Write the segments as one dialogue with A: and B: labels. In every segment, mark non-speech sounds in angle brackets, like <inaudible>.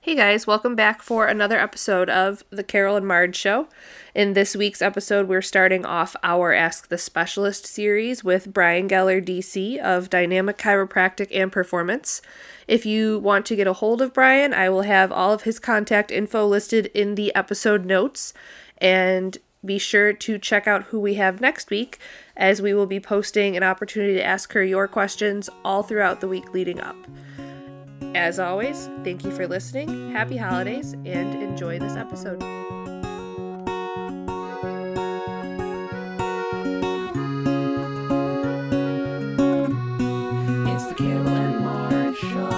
A: Hey guys, welcome back for another episode of The Carol and Marge Show. In this week's episode, we're starting off our Ask the Specialist series with Brian Geller, DC, of Dynamic Chiropractic and Performance. If you want to get a hold of Brian, I will have all of his contact info listed in the episode notes. And be sure to check out who we have next week, as we will be posting an opportunity to ask her your questions all throughout the week leading up. As always, thank you for listening, happy holidays, and enjoy this episode.
B: It's the Carol and Marge Show.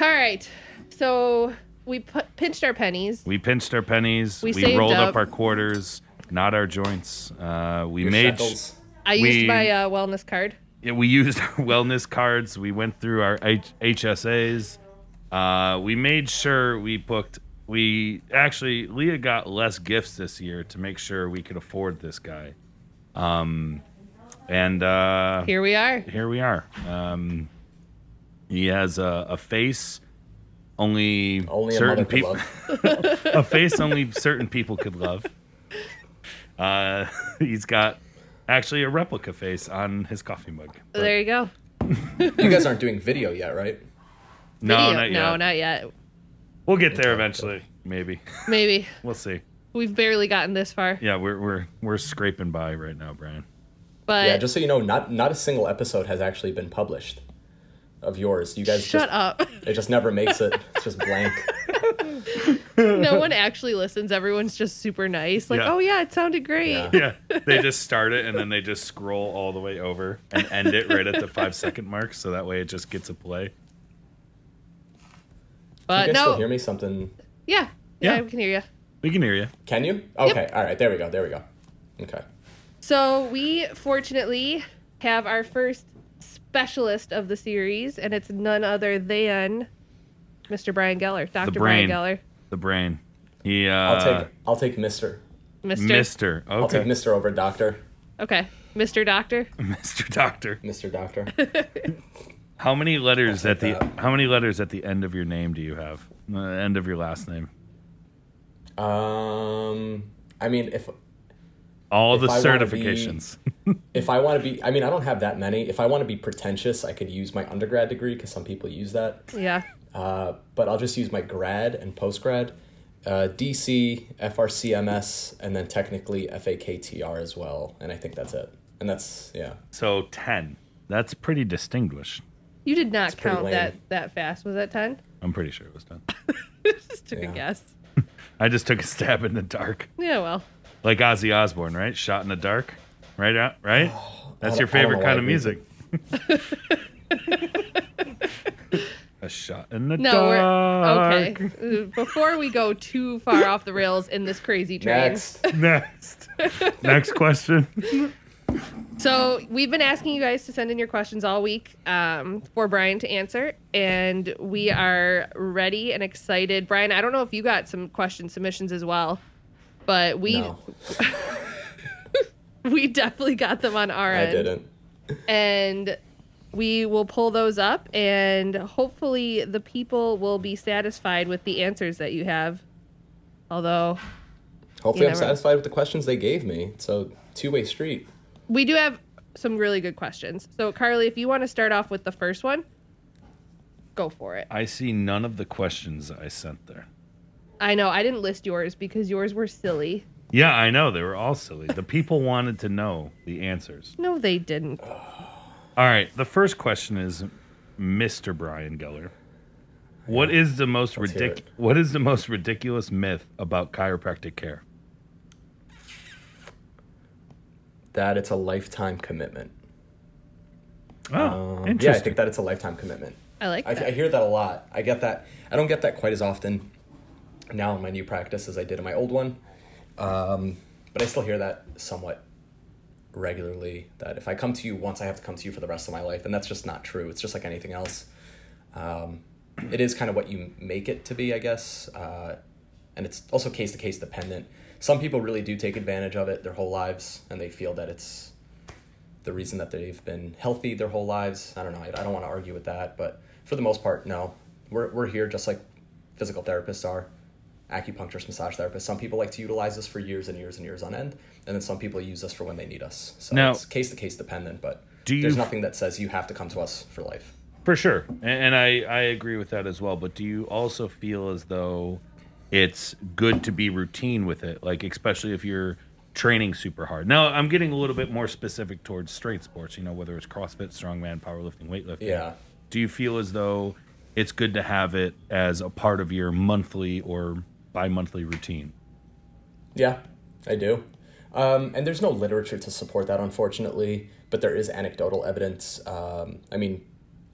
A: All right, so we pu- pinched our pennies.
C: We pinched our pennies.
A: We
C: We,
A: saved
C: rolled up.
A: up.
C: our quarters, not our joints. Uh, we made
D: shekels.
A: I used
C: we-
A: my uh, wellness card.
C: yeah, we used <laughs> our wellness cards. We went through our H- HSAs. Uh, we made sure we booked. We actually Leah got less gifts this year to make sure we could afford this guy. Um, and uh,
A: Here we are.
C: here we are. Um, he has a, a face only,
D: Only a mother
C: certain
D: could
C: people.
D: love.
C: a face only certain people could love. Uh, <laughs> he's got actually a replica face on his coffee mug. But
A: There you go.
D: <laughs> You guys aren't doing video yet,
A: <laughs>
D: right?
C: no,
A: Video-
C: not
A: no,
C: yet.
A: not yet.
C: We'll get there eventually. Maybe
A: Maybe
C: we'll see.
A: we've barely gotten this far,
C: Yeah, we're we're we're scraping by right now, Brian.
A: but
D: Yeah, just so you know, not not a single episode has actually been published of yours. You guys
A: shut
D: just
A: up.
D: it just never
A: <laughs>
D: makes it. It's just blank.
C: <laughs>
A: no one actually listens. Everyone's just super nice. Like,
C: Yeah.
A: oh yeah, it sounded great.
D: Yeah.
C: Yeah,
A: <laughs>
C: they just start it and then they just scroll all the way over and end it right at
A: <laughs>
C: the five second mark, so that way it just gets a play.
D: You
A: But
D: guys still
A: Uh, no,
D: hear me something?
A: yeah, yeah,
C: Yeah.
A: I can hear you.
C: We can hear you.
D: Can you? Okay, all right. There we go. There we go. Okay.
A: So we fortunately have our first specialist of the series, and it's none other than Mr. Brian Geller, Dr. Brian
C: brain.
A: Geller,
C: The brain. He uh,
D: I'll take I'll take Mister.
A: Mr.
C: Mister. Okay.
D: I'll take Mister over Doctor.
A: okay, Mr.
C: <laughs>
A: Doctor.
C: Mister Doctor.
D: Mister
A: <laughs>
D: Doctor.
C: How many letters at the
D: like that.
C: how many letters at the end of your name do you have? The end of your last name.
D: um, I mean, if
C: All the
D: If I wanna be-
C: certifications. <laughs>
D: if I want to be, I mean, I don't have that many. If I want to be pretentious, I could use my undergrad degree because some people use that.
A: Yeah,
D: uh, but I'll just use my grad and post grad, uh, DC, FRCMS, and then technically FAKTR as well. And I think that's it. And that's, yeah.
C: so 10. That's pretty distinguished.
A: you did not
D: pretty
A: count
D: lame.
A: that that fast. Was that ten? <laughs>
C: I'm pretty sure it was done.
A: just took a
D: Yeah.
A: guess.
C: I just took a stab in the dark.
A: Yeah, well,
C: Like Ozzy Osbourne, right? Shot in the dark. Right out, right? That's
D: don't-
C: your
D: Oh, I don't know
C: favorite
D: why
C: kind
D: I
C: of
D: did
C: music. <laughs>
D: <laughs>
C: a shot in the
A: no, we're
C: dark.
A: okay. Uh, Before we go too far off the rails in this crazy train,
D: Next.
A: <laughs>
C: <laughs> Next. Next question.
A: So we've been asking you guys to send in your questions all week um, for Brian to answer, and we are ready and excited. Brian, I don't know if you got some question submissions as well, but we
D: No,
A: <laughs> we definitely got them on our
D: I
A: end,
D: didn't.
A: and we will pull those up, and hopefully the people will be satisfied with the answers that you have. Although
D: Hopefully, I'm
A: never-
D: satisfied with the questions they gave me. So, two way street.
A: we do have some really good questions. So Carly, if you want to start off with the first one, go for it.
C: I see none of the questions I sent there.
A: I know. I didn't list yours because yours were silly.
C: Yeah, I know. They were all silly. The
D: <laughs>
C: people wanted to know the answers.
A: No, they didn't.
C: All right. The first question is Mr. Brian Geller. What is the most
D: hear
C: ridic-
D: it.
C: what is the most ridiculous myth about chiropractic care?
D: That it's a lifetime commitment.
C: Oh,
D: Um, Yeah, I
C: interesting.
D: think that it's a lifetime commitment.
A: I like
D: I,
A: that.
D: I hear that a lot. I get that. I don't get that quite as often now in my new practice as I did in my old one. Um, but I still hear that somewhat regularly. That if I come to you once, I have to come to you for the rest of my life, and that's just not true. It's just like anything else.
C: Mm-hmm.
D: Um, it is kind of what you make it to be, I guess. Uh, and it's also case to case dependent. Some people really do take advantage of it their whole lives, and they feel that it's the reason that they've been healthy their whole lives. I don't know. I, I don't want to argue with that, but for the most part, no. We're, we're here just like physical therapists are, acupuncturists, massage therapists. Some people like to utilize us for years and years and years on end, and then some people use us for when they need us. So
C: Now-
D: it's case to case dependent, but
C: Do
D: there's
C: you-
D: nothing that says you have to come to us for life.
C: For sure. And, and I, I agree with that as well. But do you also feel as though it's good to be routine with it? Like, especially if you're training super hard. Now, I'm getting a little bit more specific towards strength sports, you know, whether it's CrossFit, strongman, powerlifting, weightlifting.
D: Yeah.
C: Do you feel as though it's good to have it as a part of your monthly or bi monthly routine?
D: Yeah, I do. Um, and there's no literature to support that, unfortunately, but there is anecdotal evidence. Um, I mean,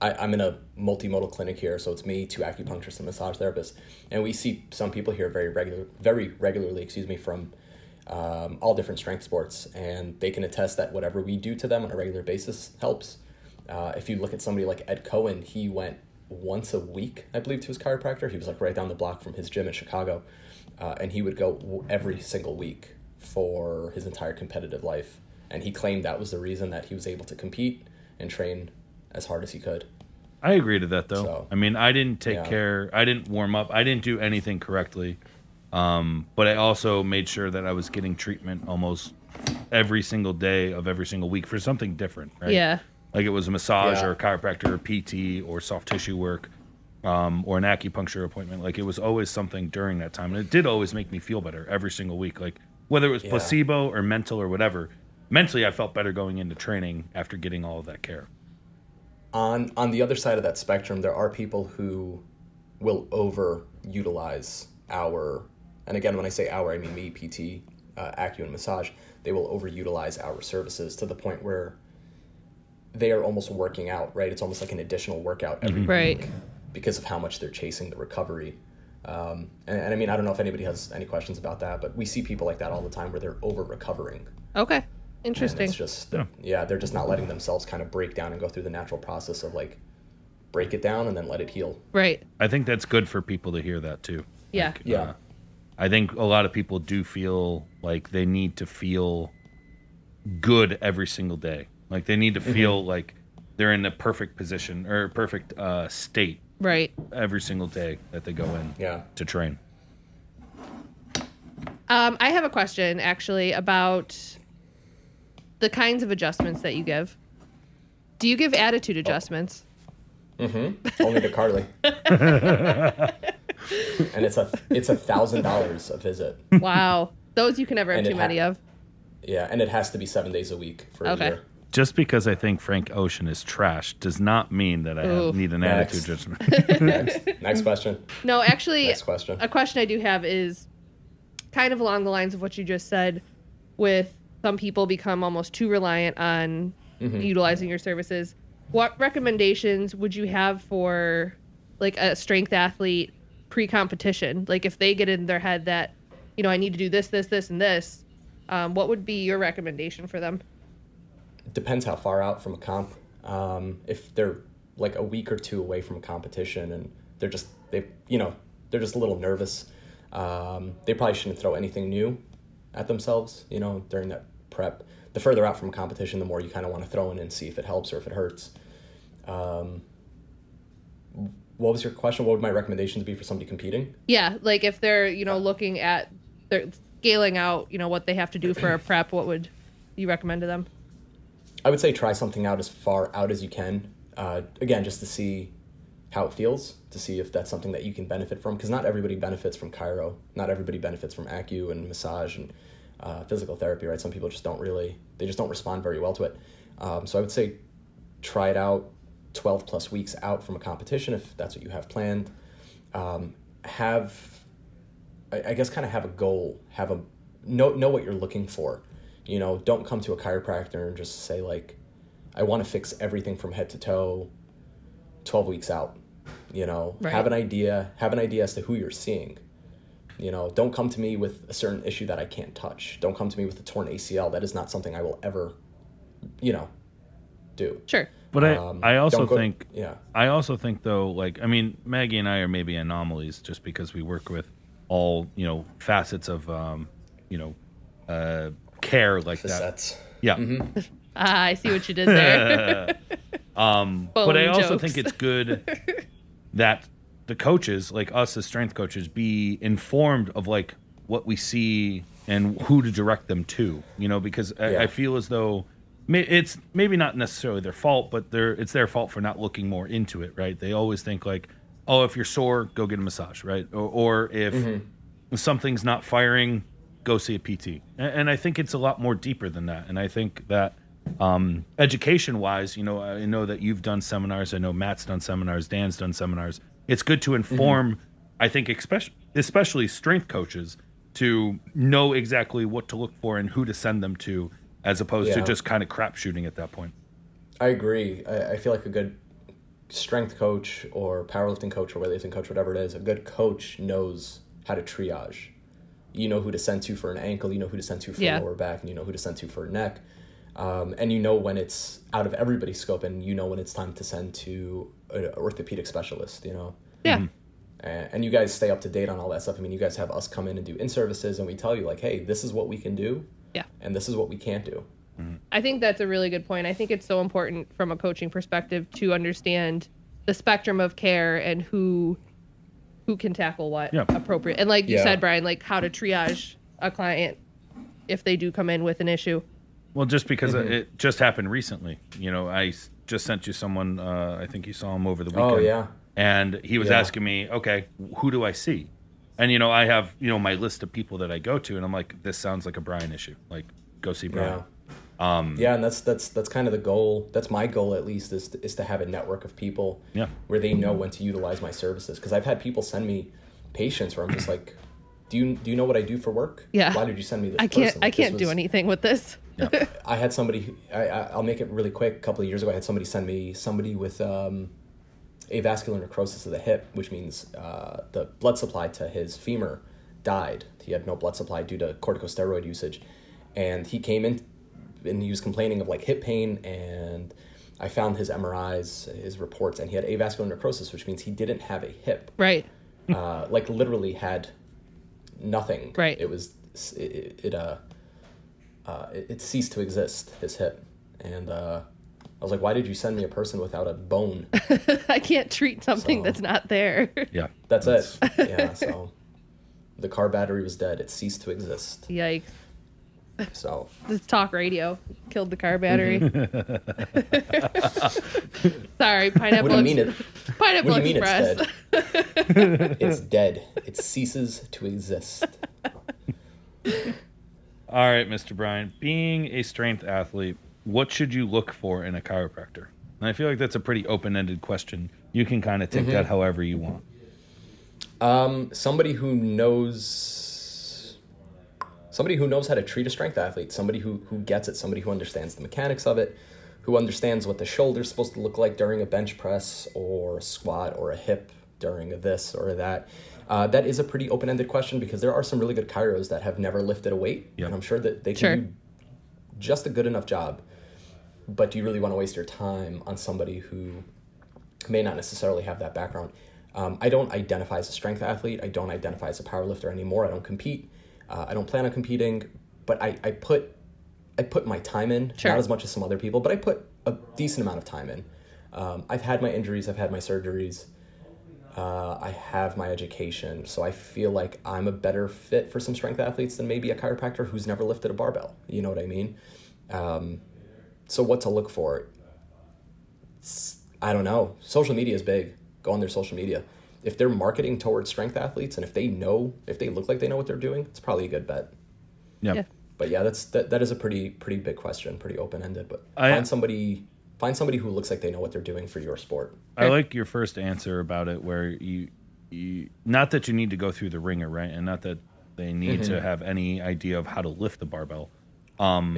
D: I, I'm in a multimodal clinic here, so it's me, two acupuncturists, and massage therapists, and we see some people here very regular, very regularly, excuse me, from um, all different strength sports, and they can attest that whatever we do to them on a regular basis helps. Uh, if you look at somebody like Ed Cohen, he went once a week, I believe, to his chiropractor. He was like right down the block from his gym in Chicago, uh, and he would go w- every single week for his entire competitive life. And he claimed that was the reason that he was able to compete and train as hard as he could.
C: I agree to that though.
D: So-
C: I mean, I didn't take
D: Yeah.
C: care. I didn't warm up. I didn't do anything correctly. Um, but I also made sure that I was getting treatment almost every single day of every single week for something different, right?
E: Yeah.
C: Like it was a massage
D: Yeah.
C: or a chiropractor or PT or soft tissue work um, or an acupuncture appointment. Like it was always something during that time. And it did always make me feel better every single week. Like whether it was placebo or mental or whatever, mentally I felt better going into training after getting all of that care.
D: on on the other side of that spectrum, there are people who will overutilize our, and again, when I say our, I mean me, PT, uh, Acu, and massage. They will overutilize our services to the point where they are almost working out. Right, it's almost like an additional workout every
E: Right.
D: because of how much they're chasing the recovery. Um, and, and I mean, I don't know if anybody has any questions about that, but we see people like that all the time where they're over recovering.
E: Okay.
D: And
E: Interesting.
D: It's just yeah, they're just not letting themselves kind of break down and go through the natural process of like break it down and then let it heal.
E: Right.
C: I think that's good for people to hear that too.
E: Yeah.
C: Like,
D: Yeah.
C: uh, I think a lot of people do feel like they need to feel good every single day. Like they need to feel like they're in the perfect position or perfect uh, state
E: Right.
C: every single day that they go in
D: Yeah.
C: to train.
E: Um, I have a question actually about the kinds of adjustments that you give. Do you give
D: Oh.
E: attitude adjustments?
D: Only to
E: <laughs>
D: Carly. and it's a it's a thousand dollars a visit.
E: Wow. Those you can never have
D: And it
E: too many
D: ha-
E: of.
D: Yeah, and it has to be seven days a week for a
E: Okay.
D: year.
C: Just because I think Frank Ocean is trash does not mean that I
E: Ooh.
C: have, need an
D: Next.
C: attitude judgment.
D: <laughs> Next question.
E: No, actually,
D: Next question.
E: a question I do have is kind of along the lines of what you just said with some people become almost too reliant on utilizing your services. What recommendations would you have for like a strength athlete pre-competition? Like if they get in their head that, you know, I need to do this, this, this, and this, um, what would be your recommendation for them?
D: depends how far out from a comp. Um, if they're like a week or two away from a competition and they're just they you know they're just a little nervous, um, they probably shouldn't throw anything new at themselves. You know during that prep. The further out from competition, the more you kind of want to throw in and see if it helps or if it hurts. Um, what was your question? What would my recommendations be for somebody competing?
E: Yeah, like if they're, you know, looking at they're scaling out, you know, what they have to do for a prep, what would you recommend to them?
D: I would say try something out as far out as you can. Uh, again, just to see how it feels, to see if that's something that you can benefit from. Because not everybody benefits from Cairo. Not everybody benefits from Acu and massage and uh, physical therapy, right? Some people just don't really, they just don't respond very well to it. Um, so I would say try it out 12 plus weeks out from a competition if that's what you have planned. Um, have I, I guess kind of have a goal, have a know know what you're looking for. You know, don't come to a chiropractor and just say like, I want to fix everything from head to toe. Twelve weeks out, you know,
E: Right.
D: have an idea, have an idea as to who you're seeing. You know, don't come to me with a certain issue that I can't touch. Don't come to me with a torn ACL. That is not something I will ever, you know, do.
E: Sure.
C: But I,
D: Um,
C: I also
D: don't go-
C: think
D: yeah.
C: I also think though, like I mean, Maggie and I are maybe anomalies just because we work with all you know facets of um, you know uh, care like that.
D: Facets.
C: Yeah,
A: Ah, I see what you did there.
C: <laughs> Um, but I
A: Bone
C: also
A: jokes.
C: think it's
A: <laughs>
C: good that the coaches, like us as strength coaches, be informed of like what we see and who to direct them to. You know, because I, I
D: Yeah.
C: feel as though ma- it's maybe not necessarily their fault, but they're it's their fault for not looking more into it. Right? They always think like, oh, if you're sore, go get a massage. Right? Or, or if something's not firing, go see a PT. And, and I think it's a lot more deeper than that. And I think that um, education wise, you know, I know that you've done seminars. I know Matt's done seminars. Dan's done seminars. It's good to
D: Mm-hmm.
C: inform, I think, especially, especially strength coaches to know exactly what to look for and who to send them to, as opposed to
D: Yeah.
C: just kind of crap shooting at that point.
D: I agree. I, I feel like a good strength coach or powerlifting coach or weightlifting coach, whatever it is, a good coach knows how to triage. You know who to send to for an ankle, you know who to send to for
A: Yeah.
D: lower back, and you know who to send to for neck. Um, and you know when it's out of everybody's scope, and you know when it's time to send to an orthopedic specialist, you know?
A: yeah.
C: Mm-hmm.
D: and, and you guys stay up to date on all that stuff. I mean, you guys have us come in and do in services, and we tell you like, hey, this is what we can do,
A: Yeah.
D: and this is what we can't do.
A: I think that's a really good point. I think it's so important from a coaching perspective to understand the spectrum of care and who who can tackle what
C: Yeah.
A: appropriate. And like you
D: Yeah.
A: said, Brian, like how to triage a client if they do come in with an issue.
C: Well, just because
D: Mm-hmm.
C: it just happened recently, you know, I s- just sent you someone. Uh, I think you saw him over the weekend.
D: Oh, yeah.
C: And he was
D: Yeah.
C: asking me, okay, who do I see? And you know, I have you know my list of people that I go to, and I'm like, this sounds like a Brian issue. Like, go see Brian.
D: Um, yeah, and that's that's that's kind of the goal. That's my goal at least is to, is to have a network of people
C: Yeah.
D: where they know when to utilize my services because I've had people send me patients where I'm just like, do you do you know what I do for work?
A: Yeah.
D: Why did you send me this?
A: I can't
D: person?
A: I
D: Like, this
A: can't do
D: was-
A: anything with this.
D: I had somebody. who- I, I I'll make it really quick. A couple of years ago, I had somebody send me somebody with um, avascular necrosis of the hip, which means uh, the blood supply to his femur died. He had no blood supply due to corticosteroid usage, and he came in and he was complaining of like hip pain and. I found his MRIs, his reports, and he had avascular necrosis, which means he didn't have a hip
A: <laughs> Right.
D: uh, like literally had nothing.
A: Right.
D: It was it, it uh, uh it, it ceased to exist. His hip, and uh, I was like, why did you send me a person without a bone?
A: I can't treat something
D: So-
A: that's not there. <laughs>
C: Yeah,
D: That's it. <laughs> yeah. So the car battery was dead. It ceased to exist.
A: Yikes.
D: So
A: This talk radio killed the car
C: <laughs>
A: battery. <laughs> Sorry,
D: what
A: pineapple.
D: do you
A: Ex-
D: mean it?
A: Pineapple
D: What do you mean
A: Express.
D: it's dead? it's dead. It ceases to exist.
C: All right, Mr. Brian, being a strength athlete, what should you look for in a chiropractor? And I feel like that's a pretty open-ended question. You can kind of take that however you want.
D: Um, somebody who knows somebody who knows how to treat a strength athlete, somebody who who gets it, somebody who understands the mechanics of it, who understands what the shoulder's supposed to look like during a bench press or a squat or a hip during a this or a that. Uh, that is a pretty open-ended question because there are some really good chiros that have never lifted a weight,
C: Yeah.
D: and I'm sure that they can
A: Sure.
D: do just a good enough job. But do you really want to waste your time on somebody who may not necessarily have that background. Um, I don't identify as a strength athlete. I don't identify as a powerlifter anymore. I don't compete. Uh, I don't plan on competing. But I, I put I put my time in,
A: Sure.
D: not as much as some other people, but I put a decent amount of time in. Um, I've had my injuries. I've had my surgeries. Uh, I have my education, so I feel like I'm a better fit for some strength athletes than maybe a chiropractor who's never lifted a barbell. You know what I mean? Um, So what to look for? S- I don't know. Social media is big. Go on their social media. If they're marketing towards strength athletes and if they know, if they look like they know what they're doing, it's probably a good bet.
C: yeah.
A: <laughs> Yeah.
D: But yeah, that's that, that is a pretty pretty big question, pretty open ended. But
C: I-
D: find somebody find somebody who looks like they know what they're doing for your sport.
C: I like your first answer about it, where you, you not that you need to go through the ringer, right, and not that they need to have any idea of how to lift the barbell,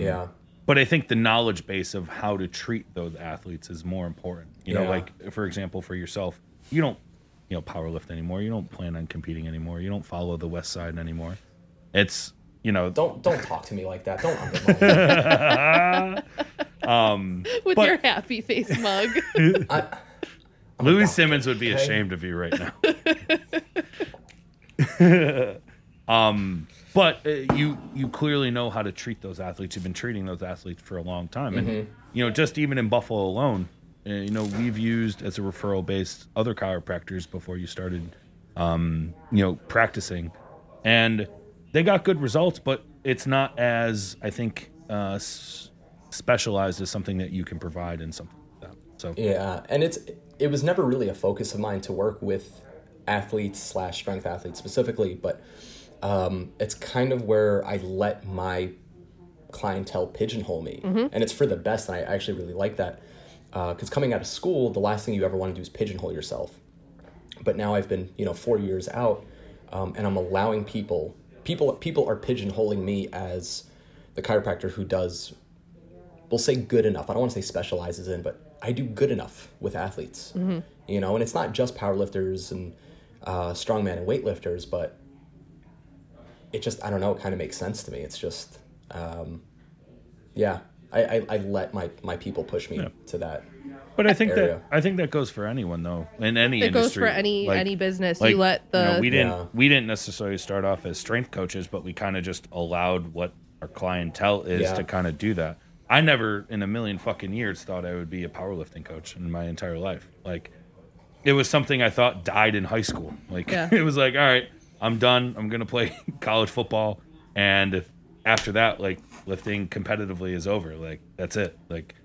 D: Yeah.
C: but I think the knowledge base of how to treat those athletes is more important. You know,
D: Yeah.
C: like for example, for yourself, you don't, you know, powerlift anymore. You don't plan on competing anymore. You don't follow the West Side anymore. It's you know,
D: Don't don't talk to me like that. Don't undermine. me.
A: with
C: But-
A: your happy face mug.
C: Louis Simmons would be
D: okay?
C: ashamed of you right now. um, But uh, you you clearly know how to treat those athletes. You've been treating those athletes for a long time, and you know just even in Buffalo alone, uh, you know we've used as a referral based other chiropractors before you started, um, you know practicing, and they got good results, but it's not as I think uh, s- specialized as something that you can provide in something like that. So
D: Yeah, and it's it was never really a focus of mine to work with athletes slash strength athletes specifically, but um, it's kind of where I let my clientele pigeonhole me, and it's for the best. And I actually really like that because coming out of school, the last thing you ever want to do is pigeonhole yourself. But now I've been you know four years out, um, and I'm allowing people people people are pigeonholing me as the chiropractor who does we'll say good enough. I don't want to say specializes in, but I do good enough with athletes. You know, and it's not just powerlifters and uh, strongman and weightlifters, but it just I don't know. It kind of makes sense to me. It's just, um, yeah. I, I, I let my, my people push me to that.
C: But I think
D: area.
C: that I think that goes for anyone though in any
A: It goes
C: industry.
A: for any
C: Like-
A: any business.
C: like,
A: you let the
C: know, we didn't
D: Yeah.
C: we didn't necessarily start off as strength coaches, but we kind of just allowed what our clientele is
D: Yeah.
C: to kind of do that. I never in a million fucking years thought I would be a powerlifting coach in my entire life. Like it was something I thought died in high school. Like
A: Yeah.
C: <laughs> it was like, all right, I'm done. I'm gonna play <laughs> college football, and after that, like lifting competitively is over. Like that's it. Like,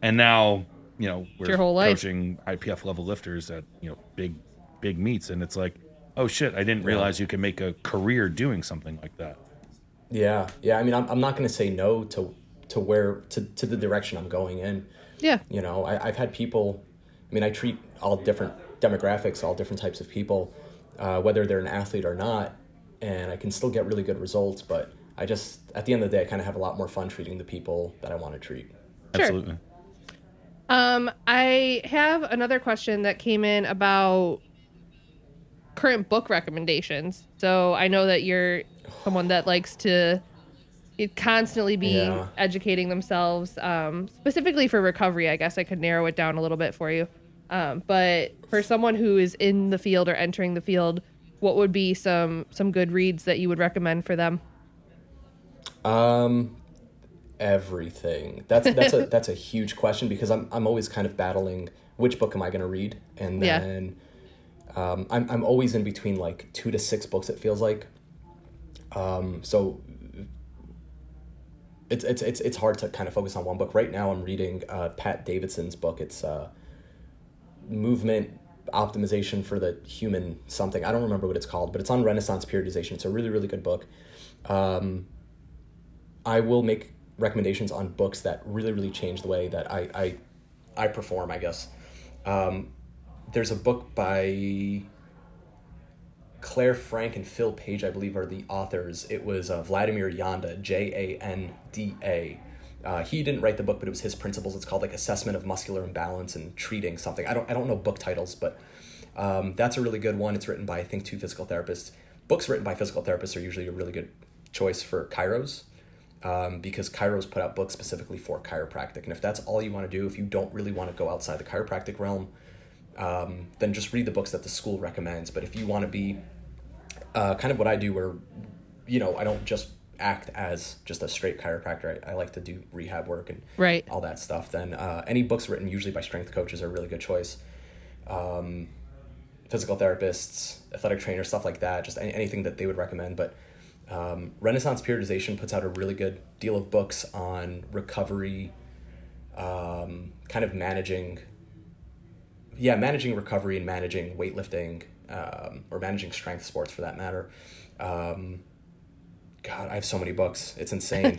C: and now you know we're
A: your whole life.
C: coaching IPF level lifters at you know big big meets, and it's like, oh shit, I didn't realize you can make a career doing something like that.
D: Yeah. Yeah. I mean, I'm, I'm not going to say no to, to where, to, to the direction I'm going in.
A: yeah.
D: you know I, i've had people i mean i treat all different demographics all different types of people uh, whether they're an athlete or not and i can still get really good results but i just at the end of the day i kind of have a lot more fun treating the people that i want to treat
A: Sure.
C: Absolutely.
A: Um, I have another question that came in about current book recommendations. So I know that you're someone that likes to it constantly be
D: Yeah.
A: educating themselves, um, specifically for recovery. I guess I could narrow it down a little bit for you. Um, but for someone who is in the field or entering the field, what would be some some good reads that you would recommend for them?
D: Um, everything. That's that's a that's a huge question because I'm I'm always kind of battling which book am I going to read, and
A: Yeah.
D: then um, I'm I'm always in between like two to six books. It feels like. Um, so it's it's it's it's hard to kind of focus on one book right now. I'm reading uh, Pat Davidson's book. It's uh, movement optimization for the human something. I don't remember what it's called, but it's on Renaissance periodization. It's a really really good book. I will make recommendations on books that really, really change the way that I I, I perform. I guess um, there's a book by Claire Frank and Phil Page, I believe, are the authors. It was uh, Vladimir Yanda, J A N D A. Uh, he didn't write the book, but it was his principles. It's called like Assessment of Muscular Imbalance and Treating Something. I don't I don't know book titles, but um, that's a really good one. It's written by I think two physical therapists. Books written by physical therapists are usually a really good choice for chiros um, because chiros put out books specifically for chiropractic. And if that's all you want to do, if you don't really want to go outside the chiropractic realm, um, then just read the books that the school recommends. But if you want to be uh, kind of what I do, where you know I don't just act as just a straight chiropractor. I, I like to do rehab work and
A: Right.
D: all that stuff. Then uh, any books written usually by strength coaches are a really good choice. Um, physical therapists, athletic trainers, stuff like that. Just any, anything that they would recommend. But um, Renaissance Periodization puts out a really good deal of books on recovery, um, kind of managing, yeah, managing recovery and managing weightlifting um, or managing strength sports for that matter. Um, God, I have so many books. It's insane.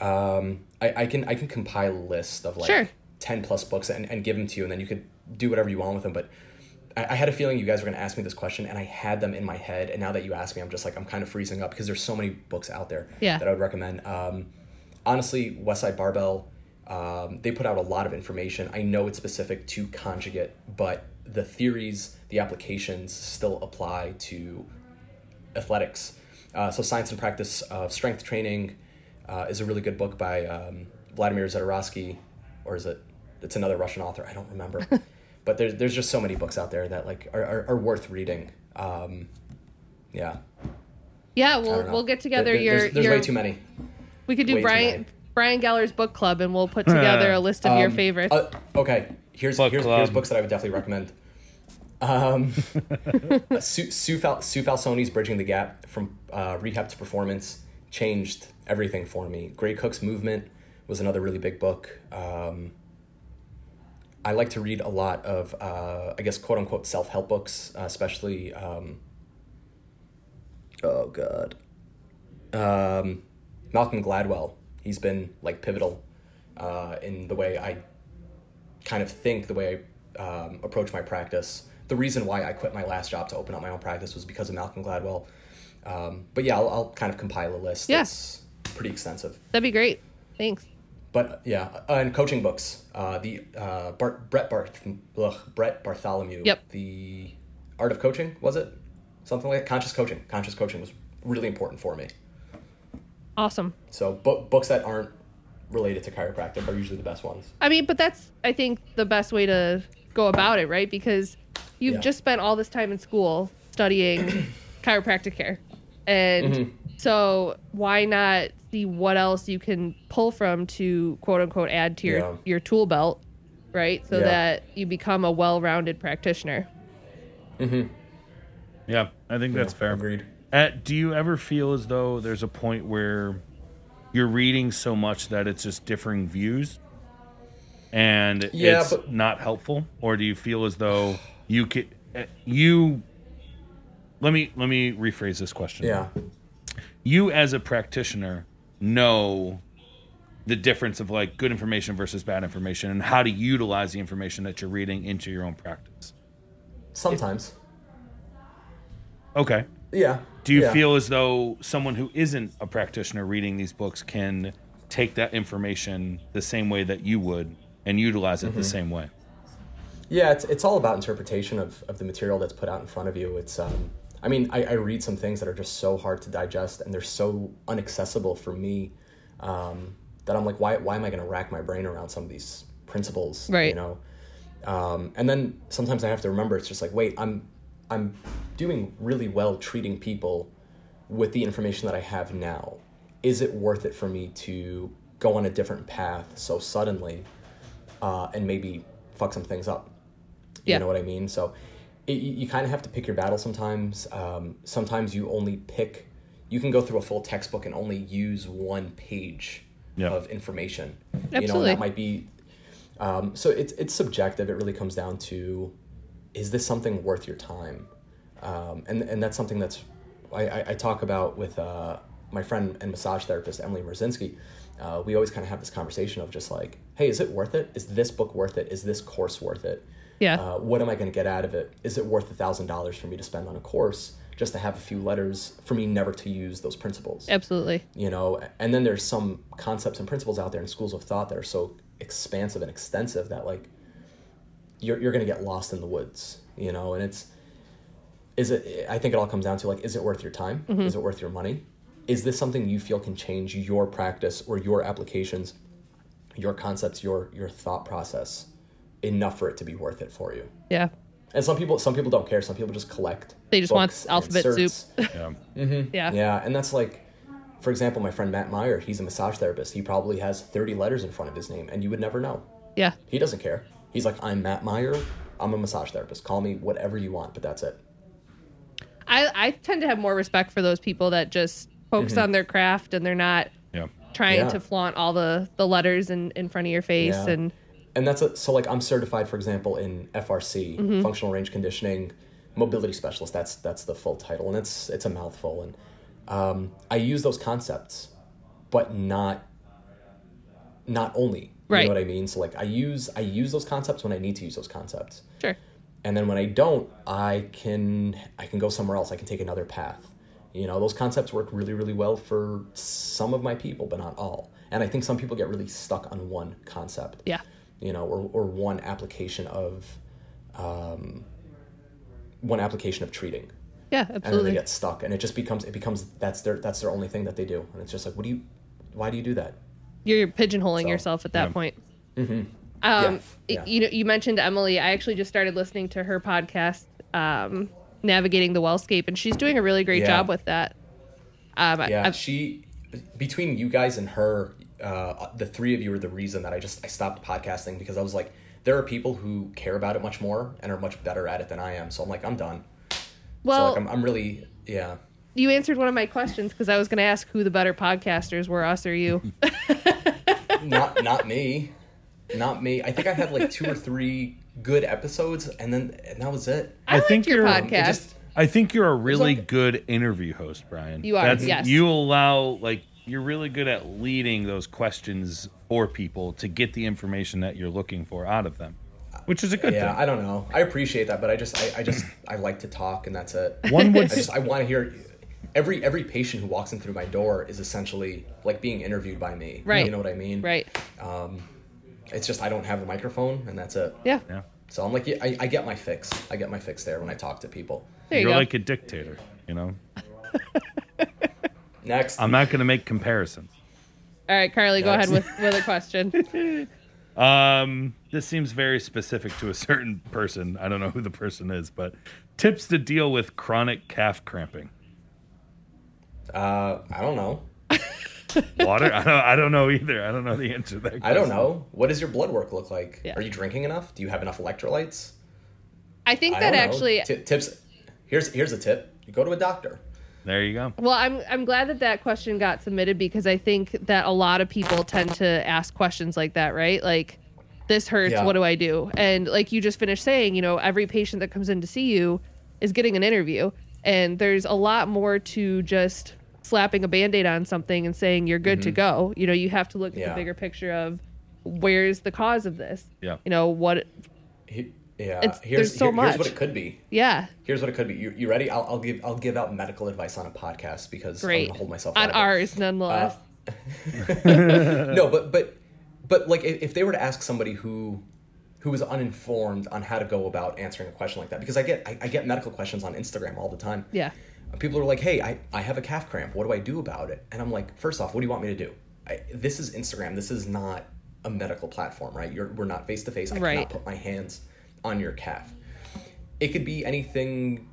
D: um, I, I can I can compile a list of like
A: Sure.
D: ten plus books and, and give them to you, and then you could do whatever you want with them. But I, I had a feeling you guys were going to ask me this question, and I had them in my head. And now that you ask me, I'm just like I'm kind of freezing up because there's so many books out there
A: Yeah.
D: that I would recommend. Um, honestly, Westside Barbell, um, they put out a lot of information. I know it's specific to conjugate, but the theories, the applications still apply to athletics. Uh, so, Science and Practice of Strength Training uh, is a really good book by um, Vladimir Zadarovsky, or is it? It's another Russian author. I don't
A: <laughs>
D: remember. but there's there's just so many books out there that like are are, are worth reading. Um, yeah.
A: Yeah,
D: I
A: we'll
D: don't know.
A: we'll get together.
D: There-
A: your
D: there's, there's
A: your
D: way too many.
A: we could
D: way
A: do
D: too
A: Brian
D: many.
A: Brian Geller's book club, and we'll put together a list of your
D: Um,
A: favorites.
D: uh, okay, here's
C: Book
D: here's,
C: club.
D: here's books that I would definitely recommend. Um, <laughs> Sue, Sue, Fal- Sue Falsoni's "Bridging the Gap" from uh, rehab to performance changed everything for me. Gray Cook's "Movement" was another really big book. Um, I like to read a lot of, uh, I guess, quote unquote, self help books, uh, especially. Um, oh God. Um, Malcolm Gladwell. He's been like pivotal uh, in the way I kind of think, the way I um, approach my practice. The reason why I quit my last job to open up my own practice was because of Malcolm Gladwell. Um, but yeah, I'll, I'll kind of compile a list.
A: Yeah.
D: That's pretty extensive.
A: That'd be great. Thanks.
D: But yeah, uh, and coaching books. Uh, the uh, Bart, Brett Barth, ugh, Brett Bartholomew.
A: Yep.
D: The Art of Coaching was it? Something like that? conscious coaching. Conscious coaching was really important for me.
A: Awesome.
D: So book books that aren't related to chiropractic are usually the best ones.
A: I mean, but that's I think the best way to go about it, right? Because you've
D: Yeah.
A: just spent all this time in school
D: <clears throat>
A: studying chiropractic care. And
D: Mm-hmm.
A: so why not see what else you can pull from to quote unquote add to your
D: Yeah.
A: your tool belt, right? So
D: Yeah.
A: that you become a well-rounded practitioner.
C: Yeah, I think that's fair.
D: Agreed.
C: Uh, do you ever feel as though there's a point where you're reading so much that it's just differing views and
D: Yeah,
C: it's
D: but-
C: not helpful or do you feel as though you could uh, you let me let me rephrase this question
D: Yeah.
C: you as a practitioner know the difference of like good information versus bad information and how to utilize the information that you're reading into your own practice
D: Sometimes.
C: okay
D: Yeah.
C: Do you
D: Yeah.
C: feel as though someone who isn't a practitioner reading these books can take that information the same way that you would and utilize it the same way?
D: Yeah, it's, it's all about interpretation of, of the material that's put out in front of you. It's um, I mean, I, I read some things that are just so hard to digest and they're so unaccessible for me um, that I'm like, why why am I going to rack my brain around some of these principles?
A: Right.
D: You know. Um, and then sometimes I have to remember it's just like, wait, I'm I'm doing really well treating people with the information that I have now. Is it worth it for me to go on a different path so suddenly uh, and maybe fuck some things up?
A: Yeah.
D: You know what I mean? So it, you, you kind of have to pick your battle sometimes. Um, sometimes you only pick, you can go through a full textbook and only use one page
C: Yeah.
D: of information. You know, and
A: Absolutely.
D: that might be, um, so it's, it's subjective. It really comes down to, is this something worth your time? Um, and, and that's something that's, I, I, I talk about with uh, my friend and massage therapist, Emily Merzinski. Uh, we always kind of have this conversation of just like, hey, is it worth it? Is this book worth it? Is this course worth it?
A: Yeah.
D: uh, what am I going to get out of it? Is it worth a thousand dollars for me to spend on a course just to have a few letters for me never to use those principles?
A: Absolutely.
D: You know, and then there's some concepts and principles out there in schools of thought that are so expansive and extensive that like you're you're going to get lost in the woods. You know, and it's is it? I think it all comes down to like, is it worth your time?
A: Mm-hmm.
D: Is it worth your money? Is this something you feel can change your practice or your applications, your concepts, your your thought process enough for it to be worth it for you?
A: Yeah.
D: And some people, some people don't care. Some people just collect.
A: They just want
D: books and
A: alphabet soup.
D: certs.
C: Yeah.
A: Yeah.
D: yeah, and that's like, for example, my friend Matt Meyer. He's a massage therapist. He probably has thirty letters in front of his name, and you would never know.
A: Yeah.
D: He doesn't care. He's like, I'm Matt Meyer. I'm a massage therapist. Call me whatever you want, but that's it.
A: I I tend to have more respect for those people that just focus on their craft and they're not
C: Yeah.
A: trying
D: Mm-hmm. Yeah.
A: to flaunt all the the letters in in front of your face
D: Yeah.
A: and
D: And that's a, so like I'm certified, for example, in FRC, functional range conditioning, mobility specialist. That's that's the full title, and it's it's a mouthful. And um, I use those concepts, but not not only.
A: Right.
D: You know what I mean? So like I use I use those concepts when I need to use those concepts,
A: sure
D: and then when I don't, I can I can go somewhere else. I can take another path. You know, those concepts work really really well for some of my people, but not all. And I think some people get really stuck on one concept
A: yeah
D: you know, or, or one application of, um, one application of treating,
A: yeah
D: and then they
A: absolutely
D: get stuck, and it just becomes it becomes that's their that's their only thing that they do, and it's just like, what do you, why do you do that?
A: you're pigeonholing
D: So,
A: yourself at that point
D: Yeah,
A: um
D: yeah.
A: it- you know you mentioned Emily I actually just started listening to her podcast um navigating the wellscape and she's doing a really great
D: Yeah.
A: job with that Um, I-
D: Yeah,
A: I've-
D: she between you guys and her, uh, the three of you are the reason that I just I stopped podcasting because I was like, there are people who care about it much more and are much better at it than I am. So I'm like, I'm done.
A: well,
D: so like, I'm, I'm really yeah.
A: you answered one of my questions because I was going to ask who the better podcasters were, us or
D: <laughs>
A: you.
D: not not me not me i think i had like two or three good episodes and then and that was it
A: I, liked
C: think
A: your
C: you're-
D: Um, it
A: podcast.
D: just-
C: I think you're a really
D: like-
C: good interview host, Brian.
A: You are, yes.
C: You allow like you're really good at leading those questions for people to get the information that you're looking for out of them, which is a good
D: yeah
C: thing.
D: i don't know i appreciate that but i just i, I just i like to talk and that's it
C: <laughs> One
D: <laughs>
C: would
D: i just i want to hear every every patient who walks in through my door is essentially like being interviewed by me
A: Right.
D: you know what i mean
A: right.
D: it's just i don't have a microphone and that's it
A: Yeah.
C: yeah.
D: so i'm like yeah, I, I get my fix i get my fix there when i talk to people
A: There you
C: you're
A: go.
C: like a dictator, you know.
D: next
C: I'm not going to make comparisons.
A: All right, Carly, go ahead
D: Yes. <laughs>
A: with, with a question.
C: Um, this seems very specific to a certain person. I don't know who the person is, but tips to deal with chronic calf cramping.
D: uh, i don't know
C: Water? I don't. I don't know either. I don't know the answer to that. Question.
D: i don't know what does your blood work look like
A: Yeah.
D: are you drinking enough do you have enough electrolytes
A: I think
D: I
A: that
D: don't know.
A: actually.
D: Ti- tips. Here's here's a tip. You go to a doctor.
C: There you go.
A: Well, I'm I'm glad that that question got submitted because I think that a lot of people tend to ask questions like that, right? Like this hurts,
D: Yeah.
A: what do I do? And like you just finished saying, you know, every patient that comes in to see you is getting an interview and there's a lot more to just slapping a band-aid on something and saying you're good to go. You know, you have to look at
D: Mm-hmm. Yeah.
A: the bigger picture of where's the cause of this?
C: Yeah.
A: You know, what
D: He- yeah.
A: It's-
D: here's
A: there's so
D: here- here's
A: much.
D: what it could be.
A: yeah.
D: Here's what it could be. You, you ready? I'll, I'll give I'll give out medical advice on a podcast because I'm
A: Great.
D: gonna hold myself
A: on
D: liable.
A: ours
D: Uh,
A: nonetheless.
D: No, but but but like if, if they were to ask somebody who who was uninformed on how to go about answering a question like that, because I get I, I get medical questions on Instagram all the time.
A: yeah.
D: And people are like, hey, I, I have a calf cramp. What do I do about it? And I'm like, first off, what do you want me to do? I, this is Instagram. This is not a medical platform, right? You're, we're not face to face. I
A: Right.
D: cannot put my hands on your calf. It could be anything.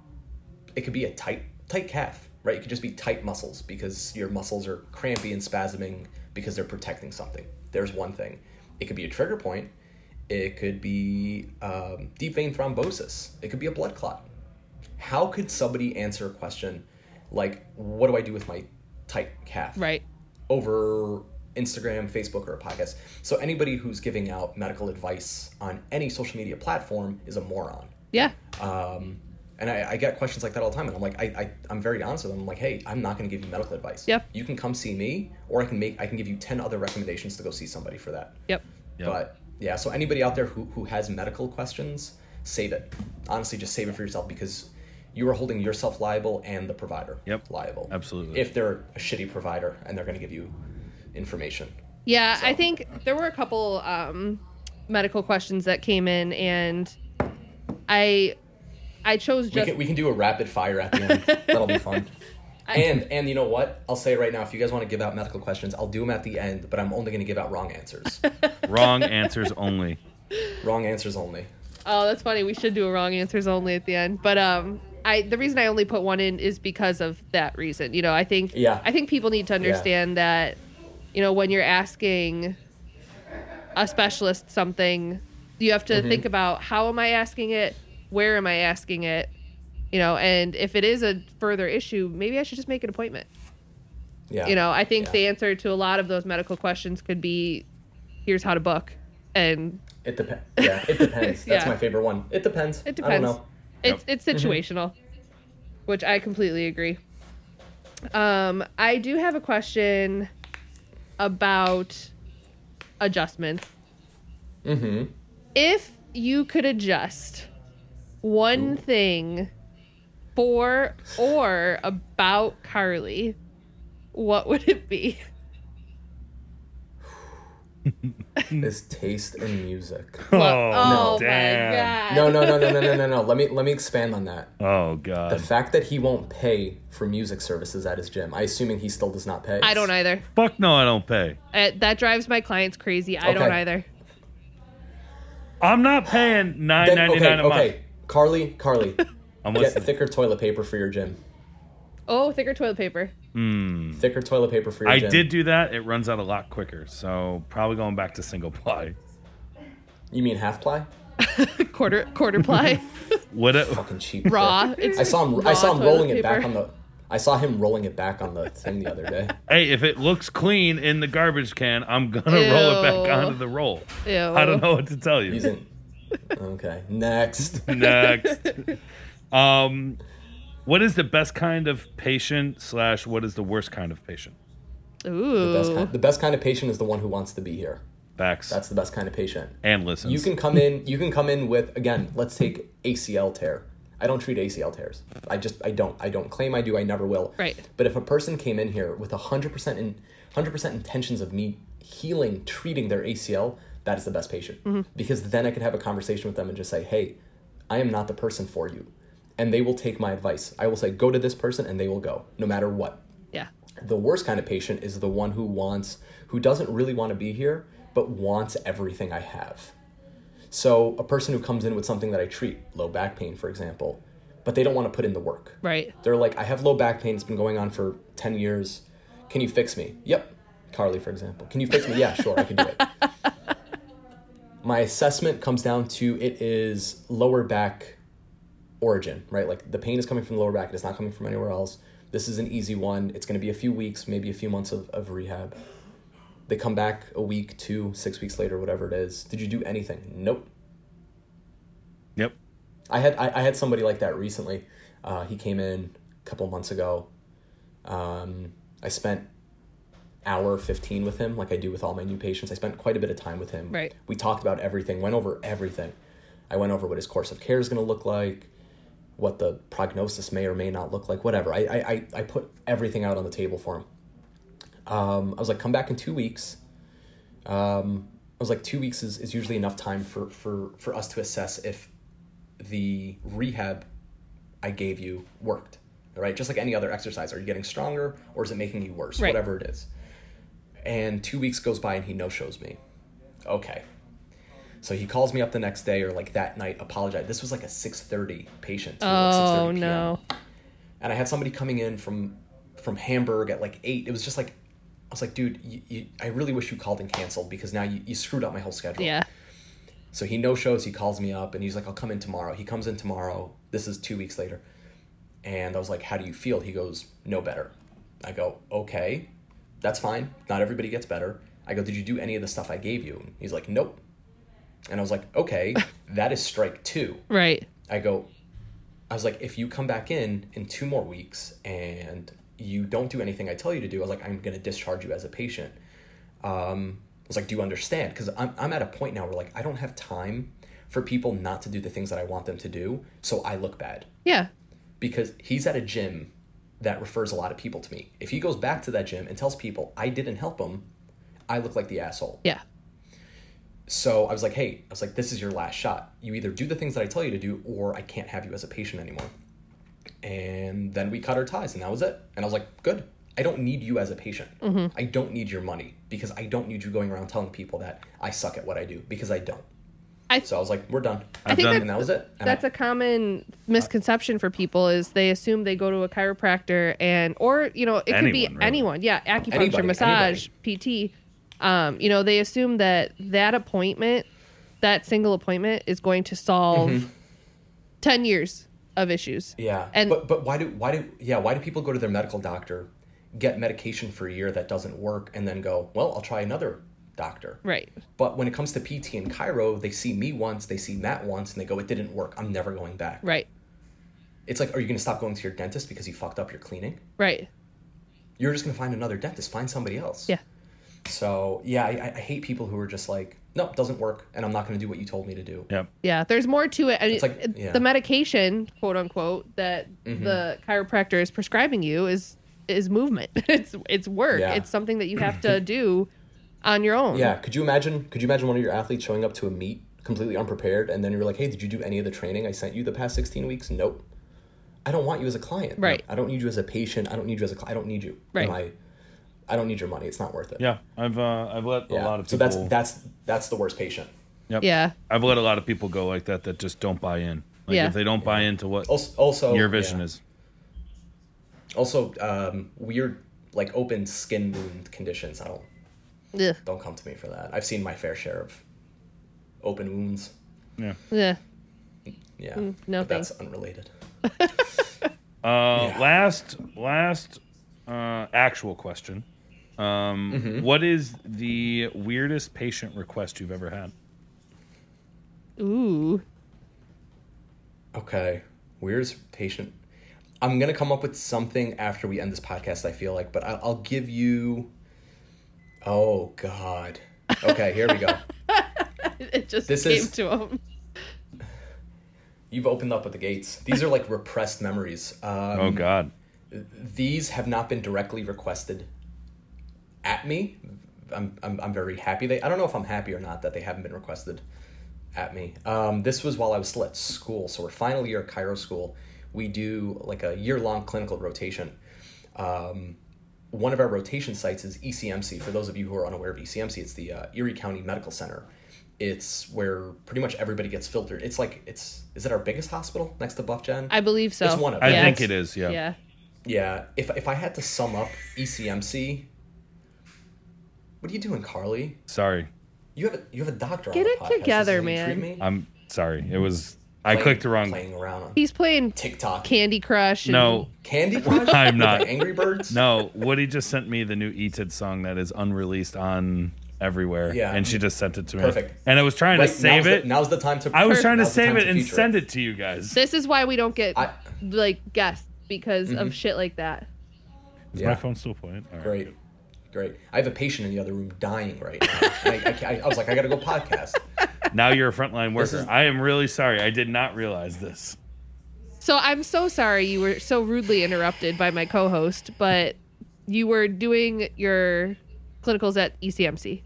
D: It could be a tight tight calf, right? It could just be tight muscles because your muscles are crampy and spasming because they're protecting something. There's one thing. It could be a trigger point. It could be um, deep vein thrombosis. It could be a blood clot how could somebody answer a question like what do i do with my tight calf
A: Right.
D: over instagram facebook or a podcast so anybody who's giving out medical advice on any social media platform is a moron
A: Yeah.
D: and I, I get questions like that all the time and i'm like I, I, i'm very honest with them i'm like hey i'm not going to give you medical advice
A: Yep.
D: you can come see me or i can make i can give you 10 other recommendations to go see somebody for that
A: Yep.
C: Yeah.
D: but yeah, so anybody out there who, who has medical questions, save it. Honestly, just save it for yourself because you are holding yourself liable and the provider
C: Yep.
D: liable.
C: Absolutely.
D: If they're a shitty provider and they're going to give you information.
A: Yeah, I think there were a couple um, medical questions that came in, and I I chose
D: We
A: just
D: can, we can do a rapid fire at
A: <laughs>
D: the end. That'll be fun. And and you know what? I'll say it right now. If you guys want to give out medical questions, I'll do them at the end. But I'm only going to give out
A: <laughs>
D: wrong answers.
C: Wrong answers only.
D: wrong answers only.
A: oh that's funny we should do a wrong answers only at the end, but um I the reason I only put one in is because of that reason. You know, I think
D: Yeah.
A: I think people need to understand that you know when you're asking a specialist something, you have to
D: Mm-hmm.
A: think about how am I asking it, where am I asking it, you know, and if it is a further issue, maybe I should just make an appointment.
D: Yeah.
A: you know i think
D: Yeah.
A: the answer to a lot of those medical questions could be here's how to book and
D: It depends. Yeah, it depends. That's
A: Yeah.
D: my favorite one. It depends.
A: it
D: I
A: depends
D: don't know. Mm-hmm.
A: it's it's situational which i completely agree um i do have a question about adjustments mm-hmm.
D: Mm-hmm.
A: if you could adjust one thing for or about carly what would it be <laughs>
D: This taste in music.
A: oh
C: no. damn.
A: my god
D: No, no, no, no, no, no, no, no. Let me let me expand on that.
C: Oh
D: The
C: god.
D: fact that he won't pay for music services at his gym. I assuming he still does not pay.
A: I don't either.
C: Fuck no, I don't pay.
A: Uh, that drives my clients crazy. I don't
D: Okay.
A: either.
C: I'm not paying nine
D: Then,
C: ninety
D: okay,
C: nine a month.
D: okay. Carly, Carly,
C: <laughs> I'm
D: get
C: listening.
D: thicker toilet paper for your gym.
A: Oh, thicker toilet paper.
D: Thicker toilet paper for your
C: I
D: gin.
C: did do that. It runs out a lot quicker, so probably going back to single ply.
D: You mean half ply?
A: <laughs> quarter quarter
D: <laughs>
A: ply
C: What? A,
D: Fucking cheap. prick.
A: raw. It's
D: I saw him.
A: raw
D: I saw him
A: toilet
D: rolling it back
A: paper.
D: on the. I saw him rolling it back on the thing the other day.
C: hey, if it looks clean in the garbage can, I'm gonna roll it back
A: Ew.
C: onto the roll.
A: Ew. <laughs>
C: I don't know what to tell you.
D: Isn't okay. Next,
C: <laughs> Next. Um, what is the best kind of patient slash what is the worst kind of patient?
A: Ooh.
D: the best, kind, the best kind of patient is the one who wants to be here.
C: Backs
D: That's the best kind of patient.
C: and listens.
D: You can come in. You can come in with again. Let's take ACL tear. I don't treat ACL tears. I just I don't I don't claim I do. I never will.
A: Right.
D: But if a person came in here with hundred percent in hundred percent intentions of me healing, treating their ACL, that is the best patient because then I could have a conversation with them and just say, hey, I am not the person for you, and they will take my advice. I will say go to this person, and they will go no matter what.
A: yeah.
D: The worst kind of patient is the one who wants, who doesn't really want to be here, but wants everything I have. So, a person who comes in with something that I treat, low back pain, for example, but they don't want to put in the work.
A: Right.
D: They're like, I have low back pain. It's been going on for 10 years. Can you fix me? Yep. Carly, for example. Can you fix me? Yeah, sure, I can do it. <laughs> My assessment comes down to it is lower back origin, right? Like the pain is coming from the lower back, it's not coming from anywhere else. This is an easy one. It's going to be a few weeks, maybe a few months of, of rehab. They come back a week, two, six weeks later, whatever it is. Did you do anything? Nope.
C: yep.
D: I had I, I had somebody like that recently. Uh, he came in a couple months ago. Um, I spent hour fifteen with him, like I do with all my new patients. I spent quite a bit of time with him.
A: Right.
D: We talked about everything. Went over everything. I went over what his course of care is going to look like, what the prognosis may or may not look like, whatever. I I I, I put everything out on the table for him. Um, I was like, come back in two weeks. Um, I was like, two weeks is, is usually enough time for, for, for us to assess if the rehab I gave you worked, right? Just like any other exercise. Are you getting stronger or is it making you worse?
A: Right.
D: Whatever it is. And two weeks goes by and he no shows me. Okay. So he calls me up the next day or like that night, apologize. This was like a 6.30 patient. too, like 6:30
A: Oh
D: PM
A: no.
D: and I had somebody coming in from from Hamburg at like eight. It was just like I was like, dude, you, you, I really wish you called and canceled because now you, you screwed up my whole schedule.
A: Yeah.
D: So he no shows. He calls me up and he's like, I'll come in tomorrow. He comes in tomorrow. This is two weeks later, and I was like, how do you feel? He goes, no better. I go, okay, that's fine. Not everybody gets better. I go, did you do any of the stuff I gave you? He's like, nope. And I was like, okay, that is strike two.
A: Right.
D: I go, I was like, if you come back in in two more weeks and you don't do anything I tell you to do, I was like, I'm going to discharge you as a patient. Um, I was like, do you understand? Because I'm, I'm at a point now where like, I don't have time for people not to do the things that I want them to do. So I look bad
A: Yeah.
D: because he's at a gym that refers a lot of people to me. If he goes back to that gym and tells people I didn't help him, I look like the asshole.
A: Yeah.
D: So I was like, hey, I was like, this is your last shot. You either do the things that I tell you to do, or I can't have you as a patient anymore. And then we cut our ties, and that was it. And I was like, good. I don't need you as a patient.
A: Mm-hmm.
D: I don't need your money because I don't need you going around telling people that I suck at what I do because I don't.
A: I-
D: so I was like, we're done.
A: I think
C: done-
D: and that was it. And I-
A: that's a common misconception for people is they assume they go to a chiropractor and or you know it could be
C: Anyone, really.
A: anyone yeah acupuncture
D: Anybody,
A: massage pt um, you know they assume that that appointment that single appointment is going to solve 10 years of issues
D: Mm-hmm. Yeah.
A: And-
D: but but why do why do yeah, why do people go to their medical doctor, get medication for a year that doesn't work and then go, "Well, I'll try another doctor."
A: right
D: But when it comes to PT and Cairo, they see me once, they see Matt once and they go, "It didn't work. I'm never going back."
A: right
D: It's like, "Are you going to stop going to your dentist because you fucked up your cleaning?"
A: right
D: You're just going to find another dentist, find somebody else.
A: yeah
D: So, yeah, I, I hate people who are just like, "Nope, doesn't work and I'm not going to do what you told me to do."
C: Yep.
A: yeah there's more to it and
D: It's like-
A: it-
D: yeah. Mm-hmm.
A: the medication quote unquote that the chiropractor is prescribing you is is movement <laughs> it's it's work
D: Yeah.
A: it's something that you have to do on your own
D: Yeah, could you imagine? Could you imagine one of your athletes showing up to a meet completely unprepared, and then you're like, "Hey, did you do any of the training I sent you the past sixteen weeks?" Nope. I don't want you as a client.
A: Right.
D: I don't need you as a patient. I don't need you as a. Cl- I don't need you.
A: Right.
D: My, I don't need your money. It's not worth it.
C: Yeah. I've uh, I've let a
D: Yeah.
C: lot of
D: so
C: people.
D: that's that's that's the worst patient.
C: Yep.
A: Yeah.
C: I've let a lot of people go like that that just don't buy in. Like
A: Yeah.
C: if they don't buy into what
D: Also, also
C: your vision
D: yeah.
C: is.
D: Also, um, weird like open skin wound conditions. I don't
A: Yeah.
D: don't come to me for that. I've seen my fair share of open wounds.
C: Yeah.
A: Yeah.
D: Yeah,
A: no
D: but that's unrelated.
C: Uh, Last, last uh, actual question. Um,
D: Mm-hmm.
C: what is the weirdest patient request you've ever had?
A: Ooh. <laughs>
D: Okay, where's patient? I'm gonna come up with something after we end this podcast. I feel like, but I- I'll give you. Oh God. Okay, here we go.
A: It just
D: This
A: came
D: is-
A: to him.
D: You've opened up with the gates. These are like repressed memories. Um,
C: Oh God.
D: these have not been directly requested at me. I'm, I'm, I'm very happy. They I don't know if I'm happy or not that they haven't been requested at me. Um, this was while I was still at school, so we're final year at Cairo School. We do like a year long clinical rotation. Um, one of our rotation sites is E ECMC. For those of you who are unaware of ECMC, it's the uh, Erie County Medical Center. It's where pretty much everybody gets filtered. It's like it's is it our biggest hospital next to Buff Gen?
A: I believe so.
D: It's one of
C: I
D: Yeah.
C: think it is. Yeah.
A: Yeah.
D: Yeah, if if I had to sum up E ECMC, what are you doing, Carly?
C: Sorry.
D: You have a, you have a doctor.
A: Get
D: on the
A: it
D: podcast. This is
A: together,
D: how you treat
A: man.
D: me?
C: I'm sorry. It was I
D: Playing-
C: clicked the wrong.
D: Playing around on
A: He's playing
D: TikTok.
A: Candy Crush. And
C: No,
D: Candy
C: <laughs>
D: Crush.
C: I'm
D: With
C: not.
D: my Angry Birds.
C: no. Woody just sent me the new E Eated song that is unreleased on everywhere.
D: Yeah.
C: and she just sent it to me.
D: Perfect.
C: And I was trying
D: Right,
C: to save
D: now's the-
C: it.
D: now's the time to.
C: I was trying to
D: now's the time
C: save it and
D: feature
C: send it to you guys.
A: This is why we don't get
D: I- Mm-hmm.
A: like guests because of shit like that.
C: Is
D: Yeah.
C: my phone still playing? All right,
D: Great,
C: good.
D: great. I have a patient in the other room dying right now. I, I, can't- I was like, I gotta go podcast.
C: Now you're a frontline worker.
D: is-
C: I am really sorry. I did not realize this.
A: So I'm so sorry you were so rudely interrupted by my co-host, but you were doing your clinicals at E ECMC.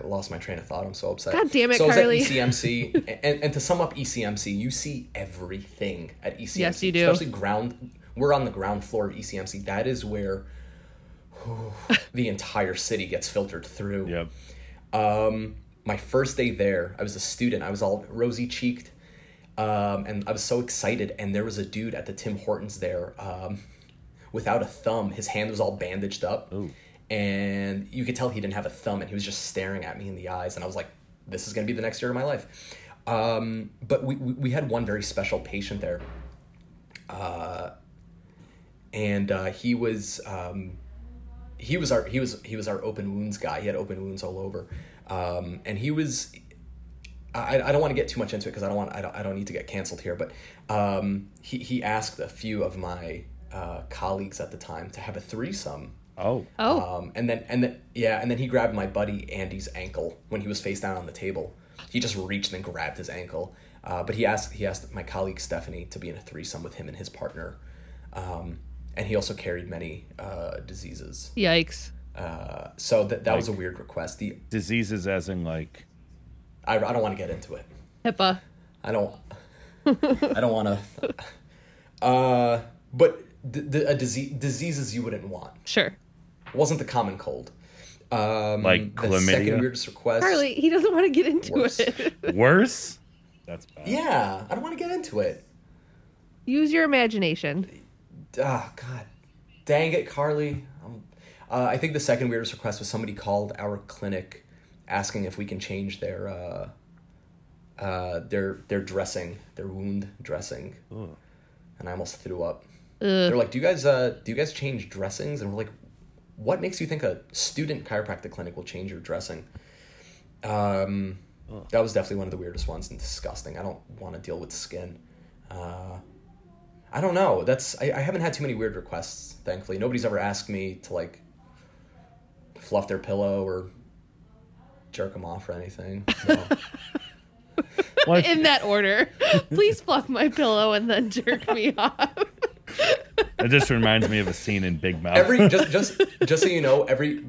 D: I lost my train of thought. I'm so upset.
A: God damn it,
D: so
A: Carly.
D: I was at E
A: <laughs>
D: ECMC, and, and to sum up E ECMC, you see everything at E ECMC.
A: Yes, you do.
D: Especially ground. We're on the ground floor of E ECMC. That is where
A: <laughs>
D: whew, the entire city gets filtered through.
C: Yep.
D: Um, my first day there, I was a student. I was all rosy cheeked, um, and I was so excited. And there was a dude at the Tim Hortons there, um, without a thumb. His hand was all bandaged up, and you could tell he didn't have a thumb. And he was just staring at me in the eyes. And I was like, "This is gonna be the next year of my life." Um, but we we we had one very special patient there, uh, and uh, he was. Um, he was our he was he was our open wounds guy. He had open wounds all over, um, and he was. I, I don't want to get too much into it because I don't want I don't, I don't need to get canceled here. But um, he he asked a few of my uh, colleagues at the time to have a threesome.
C: Oh.
A: Oh,
D: Um, and then and then yeah, and then he grabbed my buddy Andy's ankle when he was face down on the table. He just reached and grabbed his ankle. Uh, but he asked he asked my colleague Stephanie to be in a threesome with him and his partner. Um, and he also carried many uh, diseases.
A: yikes.
D: So that that was a weird request. The
C: Diseases as in like
D: I, I don't want to get into it.
A: HIPAA.
D: I don't I don't want to. Uh, but d- d- a disease diseases you wouldn't want
A: Sure.
D: wasn't the common cold. Um,
C: Like
D: the
C: chlamydia?
D: second weirdest request.
A: Charlie, he doesn't want to get into <laughs>
D: Worse.
A: it.
C: worse? That's bad.
D: Yeah, I don't want to get into it.
A: Use your imagination.
D: Ah, God, dang it, Carly. Um, uh, I think the second weirdest request was somebody called our clinic asking if we can change their uh, uh, their their dressing, their wound dressing, and I almost threw up. They're like, "Do you guys uh, do you guys change dressings?" And we're like, "What makes you think a student chiropractic clinic will change your dressing?" Um, that was definitely one of the weirdest ones and disgusting. I don't want to deal with skin. I don't know. That's I, I haven't had too many weird requests, thankfully. Nobody's ever asked me to like fluff their pillow or jerk them off or anything.
A: <laughs>
D: No.
C: Well, I,
A: In that
D: <laughs>
A: order. Please fluff my pillow and then jerk me off.
C: it just reminds me of a scene in Big Mouth.
D: every just just just so you know, every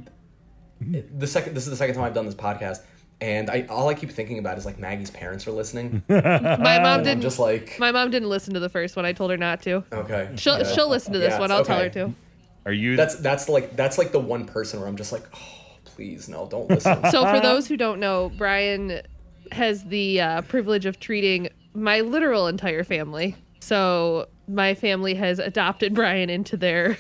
D: the second this is the second time I've done this podcast, and I all I keep thinking about is like Maggie's parents
A: <laughs>
D: are listening. And
A: My mom
D: I'm
A: didn't
D: just like
A: my mom didn't listen to the first one. I told her not to.
D: okay.
A: She'll
D: yeah.
A: she'll listen to this
D: Yes,
A: one. I'll tell her
D: okay.
A: to.
C: Are you
D: That's that's like that's like the one person where I'm just like, oh please no,
A: <laughs>
D: don't listen.
A: So for those who don't know, Brian has the uh, privilege of treating my literal entire family. So my family has adopted Brian into their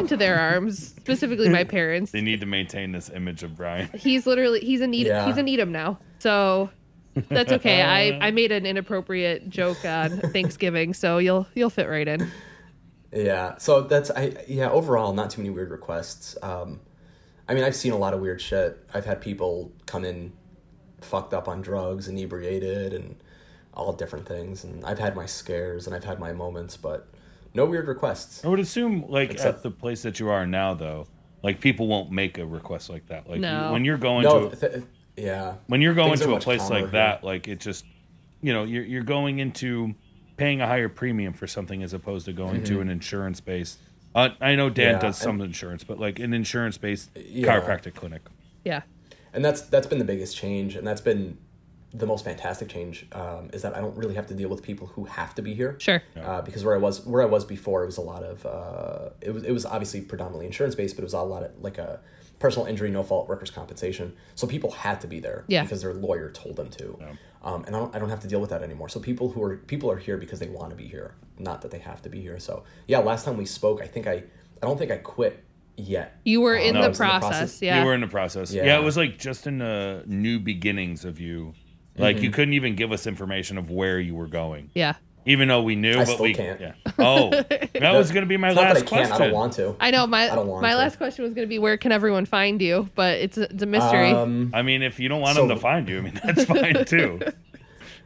A: into their arms, specifically my parents.
C: They need to maintain this image of Brian.
A: He's literally he's a need
D: Yeah.
A: he's a needham now. So that's okay. I I made an inappropriate joke on Thanksgiving, so you'll you'll fit right in.
D: Yeah. So that's I yeah, overall not too many weird requests. Um I mean, I've seen a lot of weird shit. I've had people come in fucked up on drugs, inebriated and all different things and I've had my scares and I've had my moments, but no weird requests.
C: I would assume, like
D: Except-
C: at the place that you are now, though, like people won't make a request like that. Like
A: No.
C: you- when you're going
D: No,
C: to
D: th- yeah.
C: when you're going
D: Things are
C: to a
D: much
C: place
D: calmer
C: like
D: here.
C: that, like it just, you know, you're you're going into paying a higher premium for something as opposed to going to an insurance based. Uh, I know Dan
D: Mm-hmm. Yeah,
C: does some
D: and-
C: insurance, but like an insurance based
D: Yeah.
C: chiropractic clinic.
A: Yeah.
D: and that's that's been the biggest change and that's been the most fantastic change um, is that I don't really have to deal with people who have to be here.
A: Sure.
D: Uh, because where I was where I was before, it was a lot of uh, it was it was obviously predominantly insurance based, but it was a lot of like a personal injury, no fault workers compensation. So people had to be there
A: Yeah.
D: because their lawyer told them to. Um, and I don't I don't have to deal with that anymore. So people who are people are here because they want to be here, not that they have to be here. So yeah, last time we spoke, I think I I don't think I quit yet.
A: You were
D: Um,
A: in,
D: I
A: the
D: was in the process.
A: process.
C: You were
A: Yeah.
C: in the process. Yeah.
D: Yeah.
C: it was like just in the new beginnings of you. Like
D: Mm-hmm.
C: you couldn't even give us information of where you were going,
A: Yeah.
C: even though we knew. but
D: still
C: we
D: can't.
C: Yeah. Oh, that was going to be my
D: It's not that I
C: last
D: can't.
C: question.
D: I don't want to.
A: I know my
D: I don't want
A: my
D: to.
A: last question was going to be where can everyone find you, but it's a, it's a mystery.
D: Um,
C: I mean, if you don't want
D: So-
C: them to find you, I mean that's fine
D: <laughs>
C: too.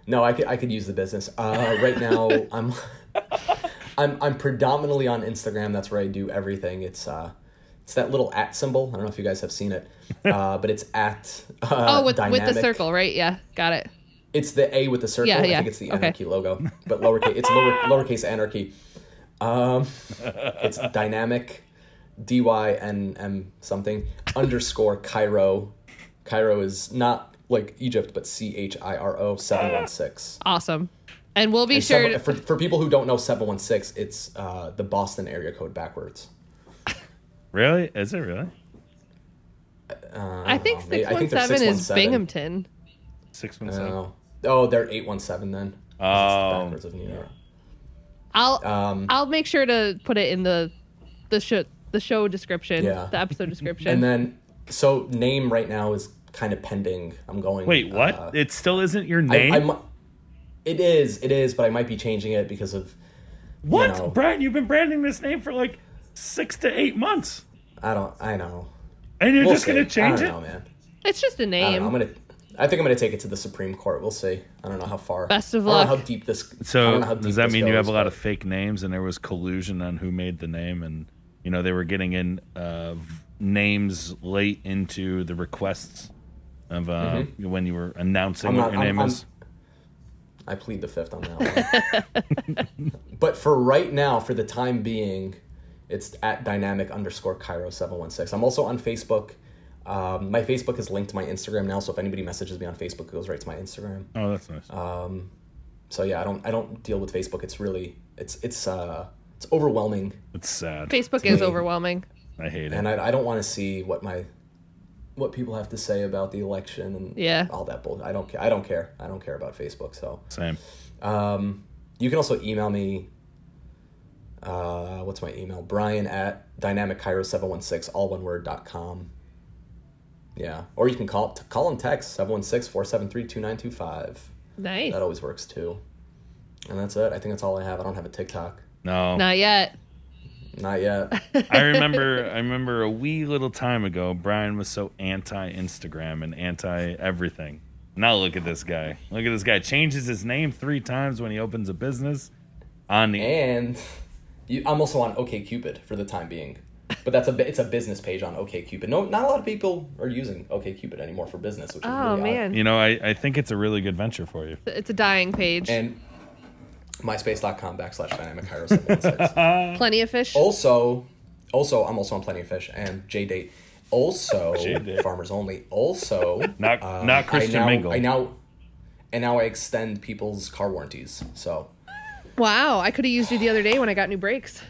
D: No, I could, I could use the business. Uh,
A: <laughs>
D: right now, I'm, I'm I'm predominantly on Instagram. That's where I do everything. It's uh, it's that little at symbol. I don't know if you guys have
A: <laughs>
D: seen it, uh, but it's at. Uh,
A: oh, with with the
D: dynamic.
A: circle, right? Yeah. Got it.
D: It's the A with the circle.
A: Yeah,
D: I
A: yeah.
D: think it's the
A: Okay.
D: anarchy logo, but lowercase. It's lower, lowercase anarchy. Um, it's dynamic, D Y N M something underscore Cairo. Cairo is not like Egypt, but C H I R O seven one six.
A: Awesome. And we'll be
D: And
A: sure
D: seven- for, for people who don't know 716 it's uh, the boston area code backwards
C: Really? Is it really?
A: I think
D: know. Maybe- I think they're
A: 617 is
D: 617.
A: Binghamton.
C: Six one seven.
D: oh, oh they're 817 then 'Cause it's
C: Oh.
D: backwards of new york
A: I'll
D: um,
A: I'll make sure to put it in the the show the show description,
D: Yeah.
A: the episode description.
D: and then so name right now is kind of pending i'm going
C: Wait, what?
D: uh,
C: it still isn't your
D: I,
C: name?
D: I mi- it is it is but i might be changing it because of
C: what,
D: know.
C: Brian? You've been branding this name for like six to eight months,
D: i don't i know
C: and you're
D: We'll
C: just gonna
D: see. I
C: change
D: don't
C: it?
D: know, man
A: it's just a
D: I don't know. i'm
A: name.
D: gonna i think i'm gonna take it to the supreme court we'll see i don't know how far
A: Best of
D: I don't know
A: luck.
D: how deep this I don't know how
C: So
D: deep
C: does that
D: this
C: mean you
D: goes,
C: have a lot
D: but-
C: of fake names, and there was collusion on who made the name, and you know they were getting in uh, v- names late into the requests of uh, when you were announcing
D: Mm-hmm. I'm
C: what
D: not-
C: your
D: I'm-
C: name
D: I'm-
C: is.
D: I plead the fifth on that one. <laughs> but for right now, for the time being, it's at dynamic underscore Cairo seven one six. I'm also on Facebook. Um, my Facebook is linked to my Instagram now, so if anybody messages me on Facebook, it goes right to my Instagram.
C: Oh, that's nice.
D: Uh, So yeah, I don't I don't deal with Facebook. It's really it's it's uh it's overwhelming,
C: it's sad.
A: Facebook is overwhelming.
C: I hate it.
D: and I, I don't want to see what my what people have to say about the election and
A: Yeah.
D: all that bull. I don't care. I don't care. I don't care about Facebook. So
C: Same.
D: Um, you can also email me. Uh, what's my email? Brian at dynamiccairo716, all one word, dot com. Yeah. Or you can call call and text 716 473 2925.
A: Nice.
D: That always works too. And that's it. I think that's all I have. I don't have a TikTok.
C: No,
A: Not yet.
D: Not yet.
C: I remember I remember a wee little time ago Brian was so anti Instagram and anti everything. Now look at this guy. Look at this guy changes his name 3 times when he opens a business on the
D: and you, I'm also on OKCupid for the time being. But that's a bu- it's a business page on OKCupid. No, not a lot of people are using OKCupid anymore for business, which is
A: Oh
D: really odd.
A: man,
C: You know, I, I think it's a really good venture for you.
A: it's a dying page.
D: and myspace.com backslash dynamic hire 716.
A: Plenty of fish.
D: <laughs> Oh. also also i'm also on plenty of fish and j-date
C: <laughs>
D: also
C: J-Date.
D: farmers only
C: <laughs>
D: also uh,
C: Not- not Christian
D: I now,
C: Mingle.
D: i now and now i extend people's car warranties so
A: Wow, I could have used you the other day when I got new brakes.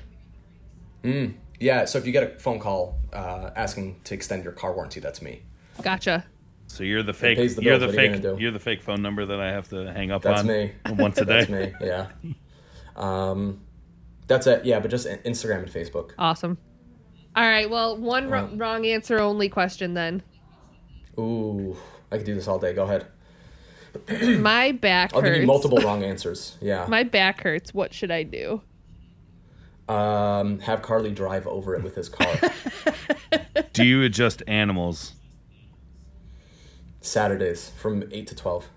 D: yeah so if you get a phone call uh, asking to extend your car warranty that's me
A: Gotcha.
C: So you're the fake
D: pays the
C: you're
D: bills.
C: the
D: What are you
C: fake
D: gonna do?
C: you're the fake <laughs> phone number that I have to hang up <laughs>
D: That's
C: on
D: me.
C: once a day.
D: that's me yeah um That's it. Yeah, but just in- Instagram and Facebook.
A: Awesome. All right. Well, one wro-
D: Wow.
A: wrong answer only question then.
D: Ooh, I could do this all day. Go ahead.
A: My back
D: I'll
A: hurts.
D: give you multiple wrong answers. Yeah.
A: <laughs> My back hurts. What should I do?
D: um, have Carly drive over it with his car.
C: Do you adjust animals?
D: Saturdays from eight to twelve.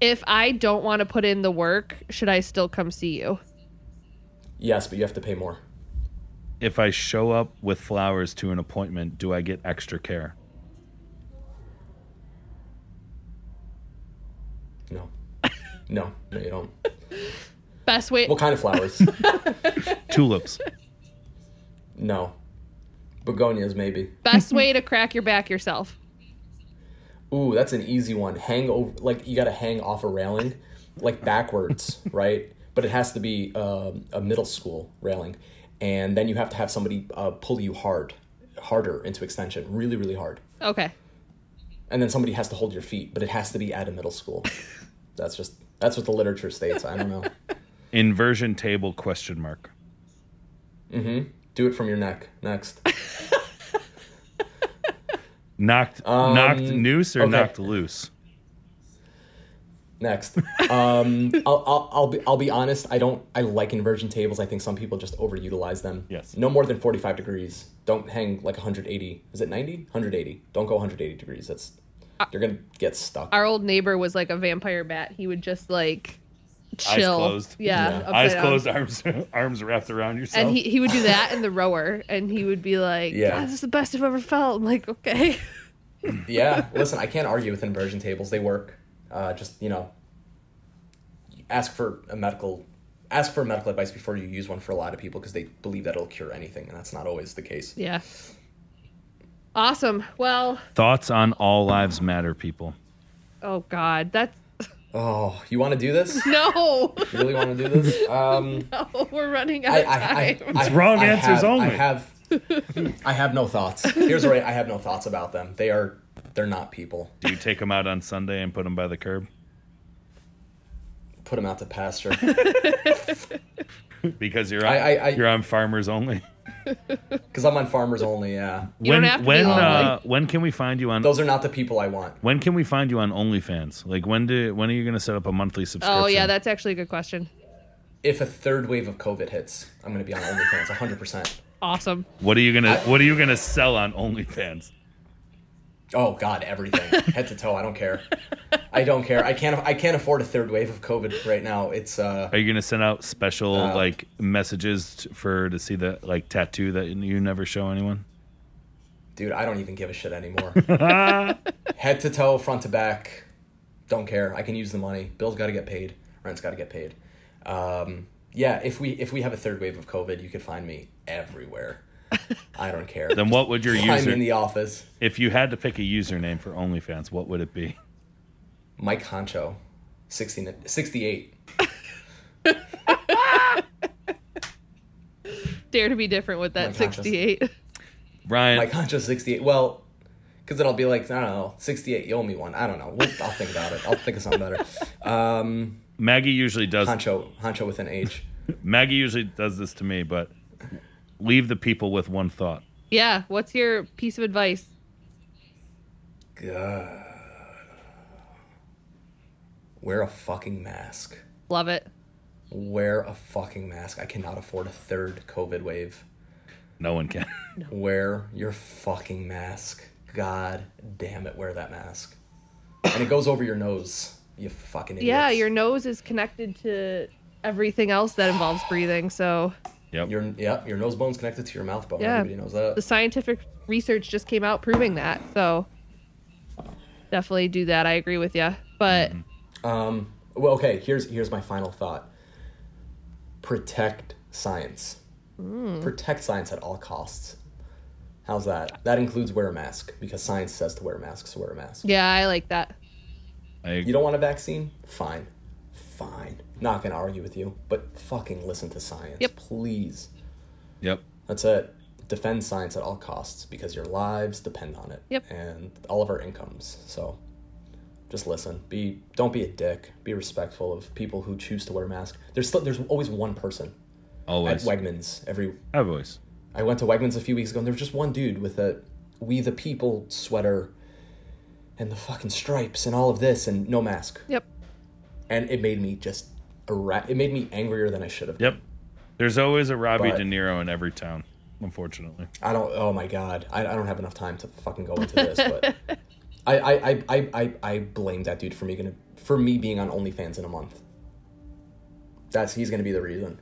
A: If I don't want to put in the work, should I still come see you?
D: Yes, but you have to pay more.
C: If I show up with flowers to an appointment, do I get extra care?
D: No. No, no, you don't.
A: Best way.
D: What kind of flowers? <laughs>
C: Tulips.
D: no. Begonias, maybe.
A: Best
D: <laughs>
A: way to crack your back yourself.
D: Ooh, that's an easy one. Hang over, like you got to hang off a railing, like backwards, right? But it has to be um, a middle school railing, and then you have to have somebody uh, pull you hard, harder into extension, really, really hard,
A: Okay.
D: and then somebody has to hold your feet, but it has to be at a middle school. that's just that's what the literature states. I don't know.
C: Inversion table question mark.
D: Do it from your neck. Next,
C: Knocked knocked
D: Um,
C: noose or
D: okay.
C: knocked loose?
D: next. Um, I'll, I'll I'll be I'll be honest. I don't I like inversion tables. I think some people just overutilize them.
C: Yes.
D: No more than 45 degrees. Don't hang like 180. Is it 90? 180. Don't go 180 degrees. That's you're gonna get stuck.
A: Our old neighbor was like a vampire bat. He would just like chill.
C: closed.
A: Yeah.
D: Yeah.
A: upside
C: Eyes
A: down.
C: closed, <laughs> arms arms wrapped around yourself.
A: um, And he, he would do that in the rower, and he would be like,
D: Yeah.
A: "God, this is the best I've ever felt." I'm like, okay. <laughs>
D: yeah. Listen, I can't argue with inversion tables. They work. Uh, just you know, ask for a medical ask for medical advice before you use one for a lot of people because they believe that it'll cure anything, and that's not always the case.
A: Yeah. Awesome. Well,
C: Thoughts on all lives matter, people.
A: oh God, that's <laughs>
D: Oh, you want to do this?
A: no. <laughs>
D: You really want to do this? Um,
A: no we're running out
D: I,
A: of time. Oh,
D: I, I, I,
C: wrong
D: I
C: answers
D: have,
C: only.
D: I have, I have no thoughts. Here's the right. I have no thoughts about them. They are, they're not people.
C: Do you take them out on Sunday and put them by the curb?
D: Put them out to pasture.
C: Because you're on,
D: I- I- I-
C: you're on farmers only.
D: Because I'm on farmers only. Yeah,
A: You
C: when
A: don't have to be
C: when
A: lonely.
C: uh, when can we find you on
D: those are not the people I want.
C: when can we find you on OnlyFans? Like when do when are you gonna set up a monthly subscription?
A: oh yeah, that's actually a good question.
D: If a third wave of COVID hits, I'm going to be on OnlyFans 100. percent
A: Awesome.
C: what are you gonna what are you gonna sell on OnlyFans?
D: Oh God, everything head to toe. I don't care. I don't care. I can't. I can't afford a third wave of COVID right now. It's uh,
C: Are you gonna send out special
A: Uh,
C: like messages t- for to see the like tattoo that you never show anyone?
D: dude. I don't even give a shit anymore. head to toe, front to back. Don't care. I can use the money. Bills got to get paid. Rent's got to get paid. Um, yeah, if we if we have a third wave of COVID, you could find me everywhere. I don't care.
C: Then what would your
D: I'm
C: user
D: in the office.
C: if you had to pick a username for OnlyFans, what would it be?
D: Mike Honcho, 16, 68.
A: Dare to be different with that
D: my gosh, that's-
A: 68.
C: Brian
D: Mike Honcho, 68. Well, because it'll be like, I don't know, 68, you owe me one. I don't know. We'll, I'll think about it. I'll think of something
A: <laughs>
D: better. Um,
C: Maggie usually does
D: Honcho, Honcho with an H.
C: Maggie usually does this to me, but leave the people with one thought.
A: <laughs> yeah. What's your piece of advice?
D: God. Wear a fucking mask.
A: Love it.
D: Wear a fucking mask. I cannot afford a third COVID wave.
C: No one can. <laughs>
D: Wear your fucking mask. God damn it, wear that mask. And it goes over your nose, you fucking idiots.
A: Yeah, your nose is connected to everything else that involves breathing. So
C: Yep.
D: your yeah, your nose bone's connected to your mouth bone.
A: Yeah.
D: Everybody knows that.
A: the scientific research just came out proving that. So definitely do that. I agree with you. But
C: Mm-hmm.
D: Um, well, okay. Here's here's my final thought. Protect science.
A: Mm.
D: Protect science at all costs. How's that? That includes wear a mask because science says to wear a mask. So wear a mask.
A: yeah, I like that.
C: I,
D: You don't want a vaccine? Fine, fine. Not gonna argue with you, but fucking listen to science,
A: Yep.
D: please.
C: yep.
D: That's it. Defend science at all costs because your lives depend on it
A: Yep.
D: and all of our incomes. So, just listen. Be don't be a dick. Be respectful of people who choose to wear masks. There's still, there's always one person at
C: Always.
D: Wegmans every
C: Always.
D: I went to Wegmans a few weeks ago, and there was just one dude with a "We the People" sweater, and the fucking stripes, and all of this, and no mask,
A: Yep.
D: and it made me just ira- it made me angrier than I should have.
C: Yep. There's always a Robbie
D: But-
C: De Niro in every town, unfortunately.
D: I don't. Oh my god, I, I don't have enough time to fucking go into this, but I, I, I, I, I, I blame that dude for me gonna for me being on OnlyFans in a month. That's he's gonna be the reason.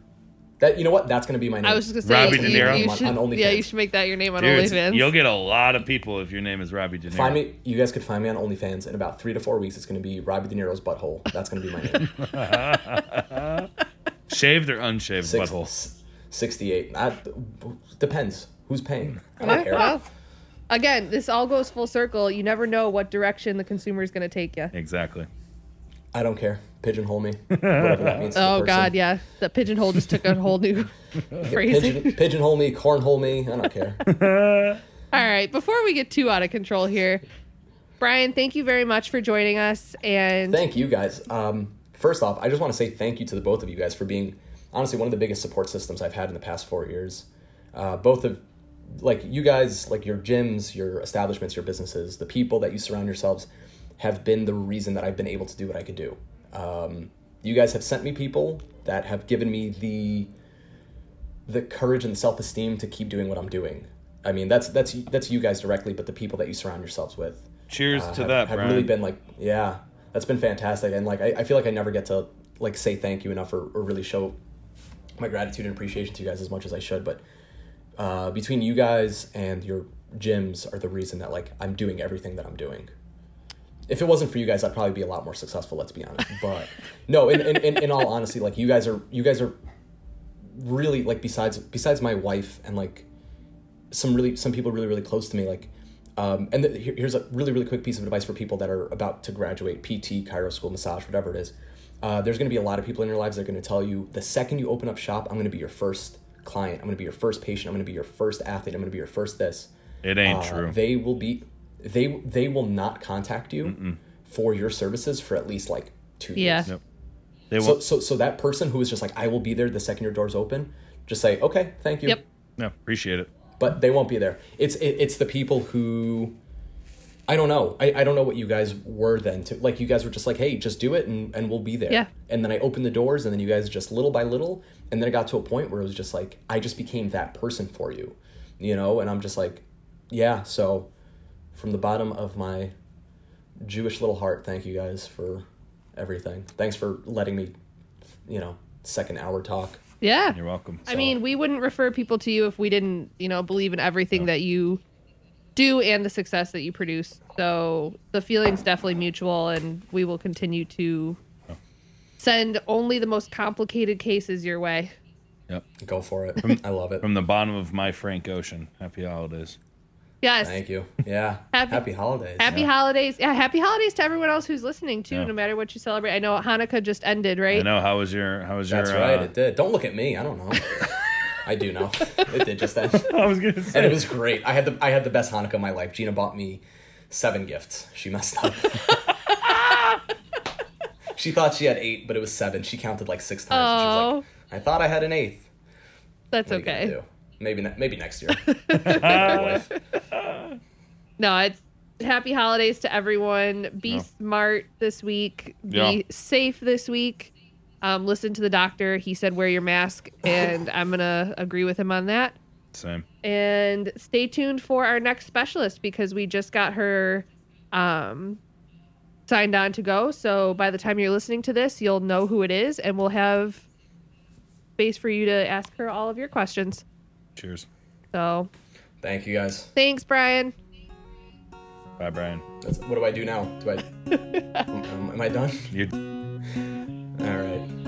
D: That you know what? That's gonna be my. Name.
A: I was just gonna say
C: Robbie De
A: you-
C: Niro?
A: you
D: On-
A: should,
D: on
A: yeah,
D: OnlyFans.
A: you should make that your name on
C: Dude,
A: OnlyFans.
C: you'll get a lot of people if your name is Robbie De Niro.
D: Find me. You guys could find me on OnlyFans in about three to four weeks. It's going to be Robbie De Niro's butthole. That's going to be my name.
C: Shaved or unshaved
D: Six-
C: butthole.
D: s- Sixty-eight. That depends. Who's paying? I
A: Yeah,
D: don't care.
A: well, again, this all goes full circle. You never know what direction the consumer is going to take you.
C: Exactly.
D: I don't care. Pigeonhole me. Whatever that means. To the
A: Oh
D: person.
A: God, yeah, the pigeonhole just took a whole
D: <laughs>
A: new <laughs> phrasing.
D: Pigeon, pigeonhole me. Cornhole me. I don't care.
A: All right, before we get too out of control here, Brian, thank you very much for joining us. And
D: thank you guys. Um, first off, I just want to say thank you to the both of you guys for being honestly one of the biggest support systems I've had in the past four years. Uh, both of like you guys, like your gyms, your establishments, your businesses, the people that you surround yourselves have been the reason that I've been able to do what I could do. Um, you guys have sent me people that have given me the the courage and self esteem to keep doing what I'm doing. I mean, that's that's that's you guys directly, but the people that you surround yourselves with
C: Cheers to
D: Uh, have,
C: that,
D: have
C: Brian.
D: really been like yeah that's been fantastic and like I, I feel like i never get to like say thank you enough or, or really show my gratitude and appreciation to you guys as much as i should but uh, between you guys and your gyms are the reason that like i'm doing everything that i'm doing if it wasn't for you guys i'd probably be a lot more successful let's
C: <laughs>
D: be honest but no in, in, in, in all honesty like you guys are you guys are really like besides besides my wife and like some really some people really really close to me like um, and th- here- here's a really really quick piece of advice for people that are about to graduate pt cairo school massage whatever it is uh, there's going to be a lot of people in your lives that are going to tell you the second you open up shop i'm going to be your first client i'm going to be your first patient i'm going to be your first athlete i'm going to be your first this
C: it ain't
D: uh,
C: true.
D: They will be they they will not contact you for your services for at least like two
A: yeah,
D: years.
C: Yep. They
D: So
C: won't.
D: so so that person who is just like I will be there the second your doors open, just say okay, thank you.
A: Yep.
C: No, appreciate it.
D: But they won't be there. It's it, it's the people who I don't know. I, I don't know what you guys were then to like you guys were just like, hey, just do it and, and we'll be there.
A: Yeah.
D: And then I opened the doors and then you guys just little by little and then it got to a point where it was just like I just became that person for you. You know, and I'm just like, yeah, so from the bottom of my Jewish little heart, thank you guys for everything. Thanks for letting me, you know, second hour talk.
A: yeah.
C: You're welcome.
A: I mean, we wouldn't refer people to you if we didn't, you know, believe in everything that you do and the success that you produce. So the feeling's definitely mutual, and we will continue to send only the most complicated cases your way.
C: Yep.
D: Go for it. I love it.
C: From the bottom of my Frank Ocean, happy holidays.
A: Yes.
D: Thank you. Yeah.
A: <laughs> Happy-
D: happy holidays.
A: Happy holidays. Yeah, happy holidays to everyone else who's listening too,
C: Yeah.
A: no matter what you celebrate. I know Hanukkah just ended, right?
C: I know. How was your? How was
D: That's
C: your?
D: right.
C: uh,
D: It did. Don't look at me. I
A: <laughs>
D: don't know. I do know. It did just end,
C: uh, <laughs> I was gonna
D: and
C: say.
D: it was great. I had the I had the best Hanukkah of my life. Gina bought me seven gifts. She messed
A: <laughs>
D: up. she thought she had eight, but it was seven. She counted like six times. and She was like, I thought I had an eighth.
A: That's
D: What are you gonna
A: Oh. okay.
D: do? Maybe ne- maybe
A: <laughs>
D: next year. My wife.
A: No, it's happy holidays to everyone. Be smart this week. Be
C: Yeah.
A: safe this week. Um, listen to the doctor. He said wear your mask, and I'm gonna agree with him on that.
C: Same.
A: And stay tuned for our next specialist because we just got her um, signed on to go. So by the time you're listening to this, you'll know who it is, and we'll have space for you to ask her all of your questions.
C: Cheers.
A: So
D: Thank you guys.
A: thanks, Brian.
C: Bye, Brian.
A: <laughs>
D: That's, what do I do now? Do I? am, am I done?
C: You.
D: All right.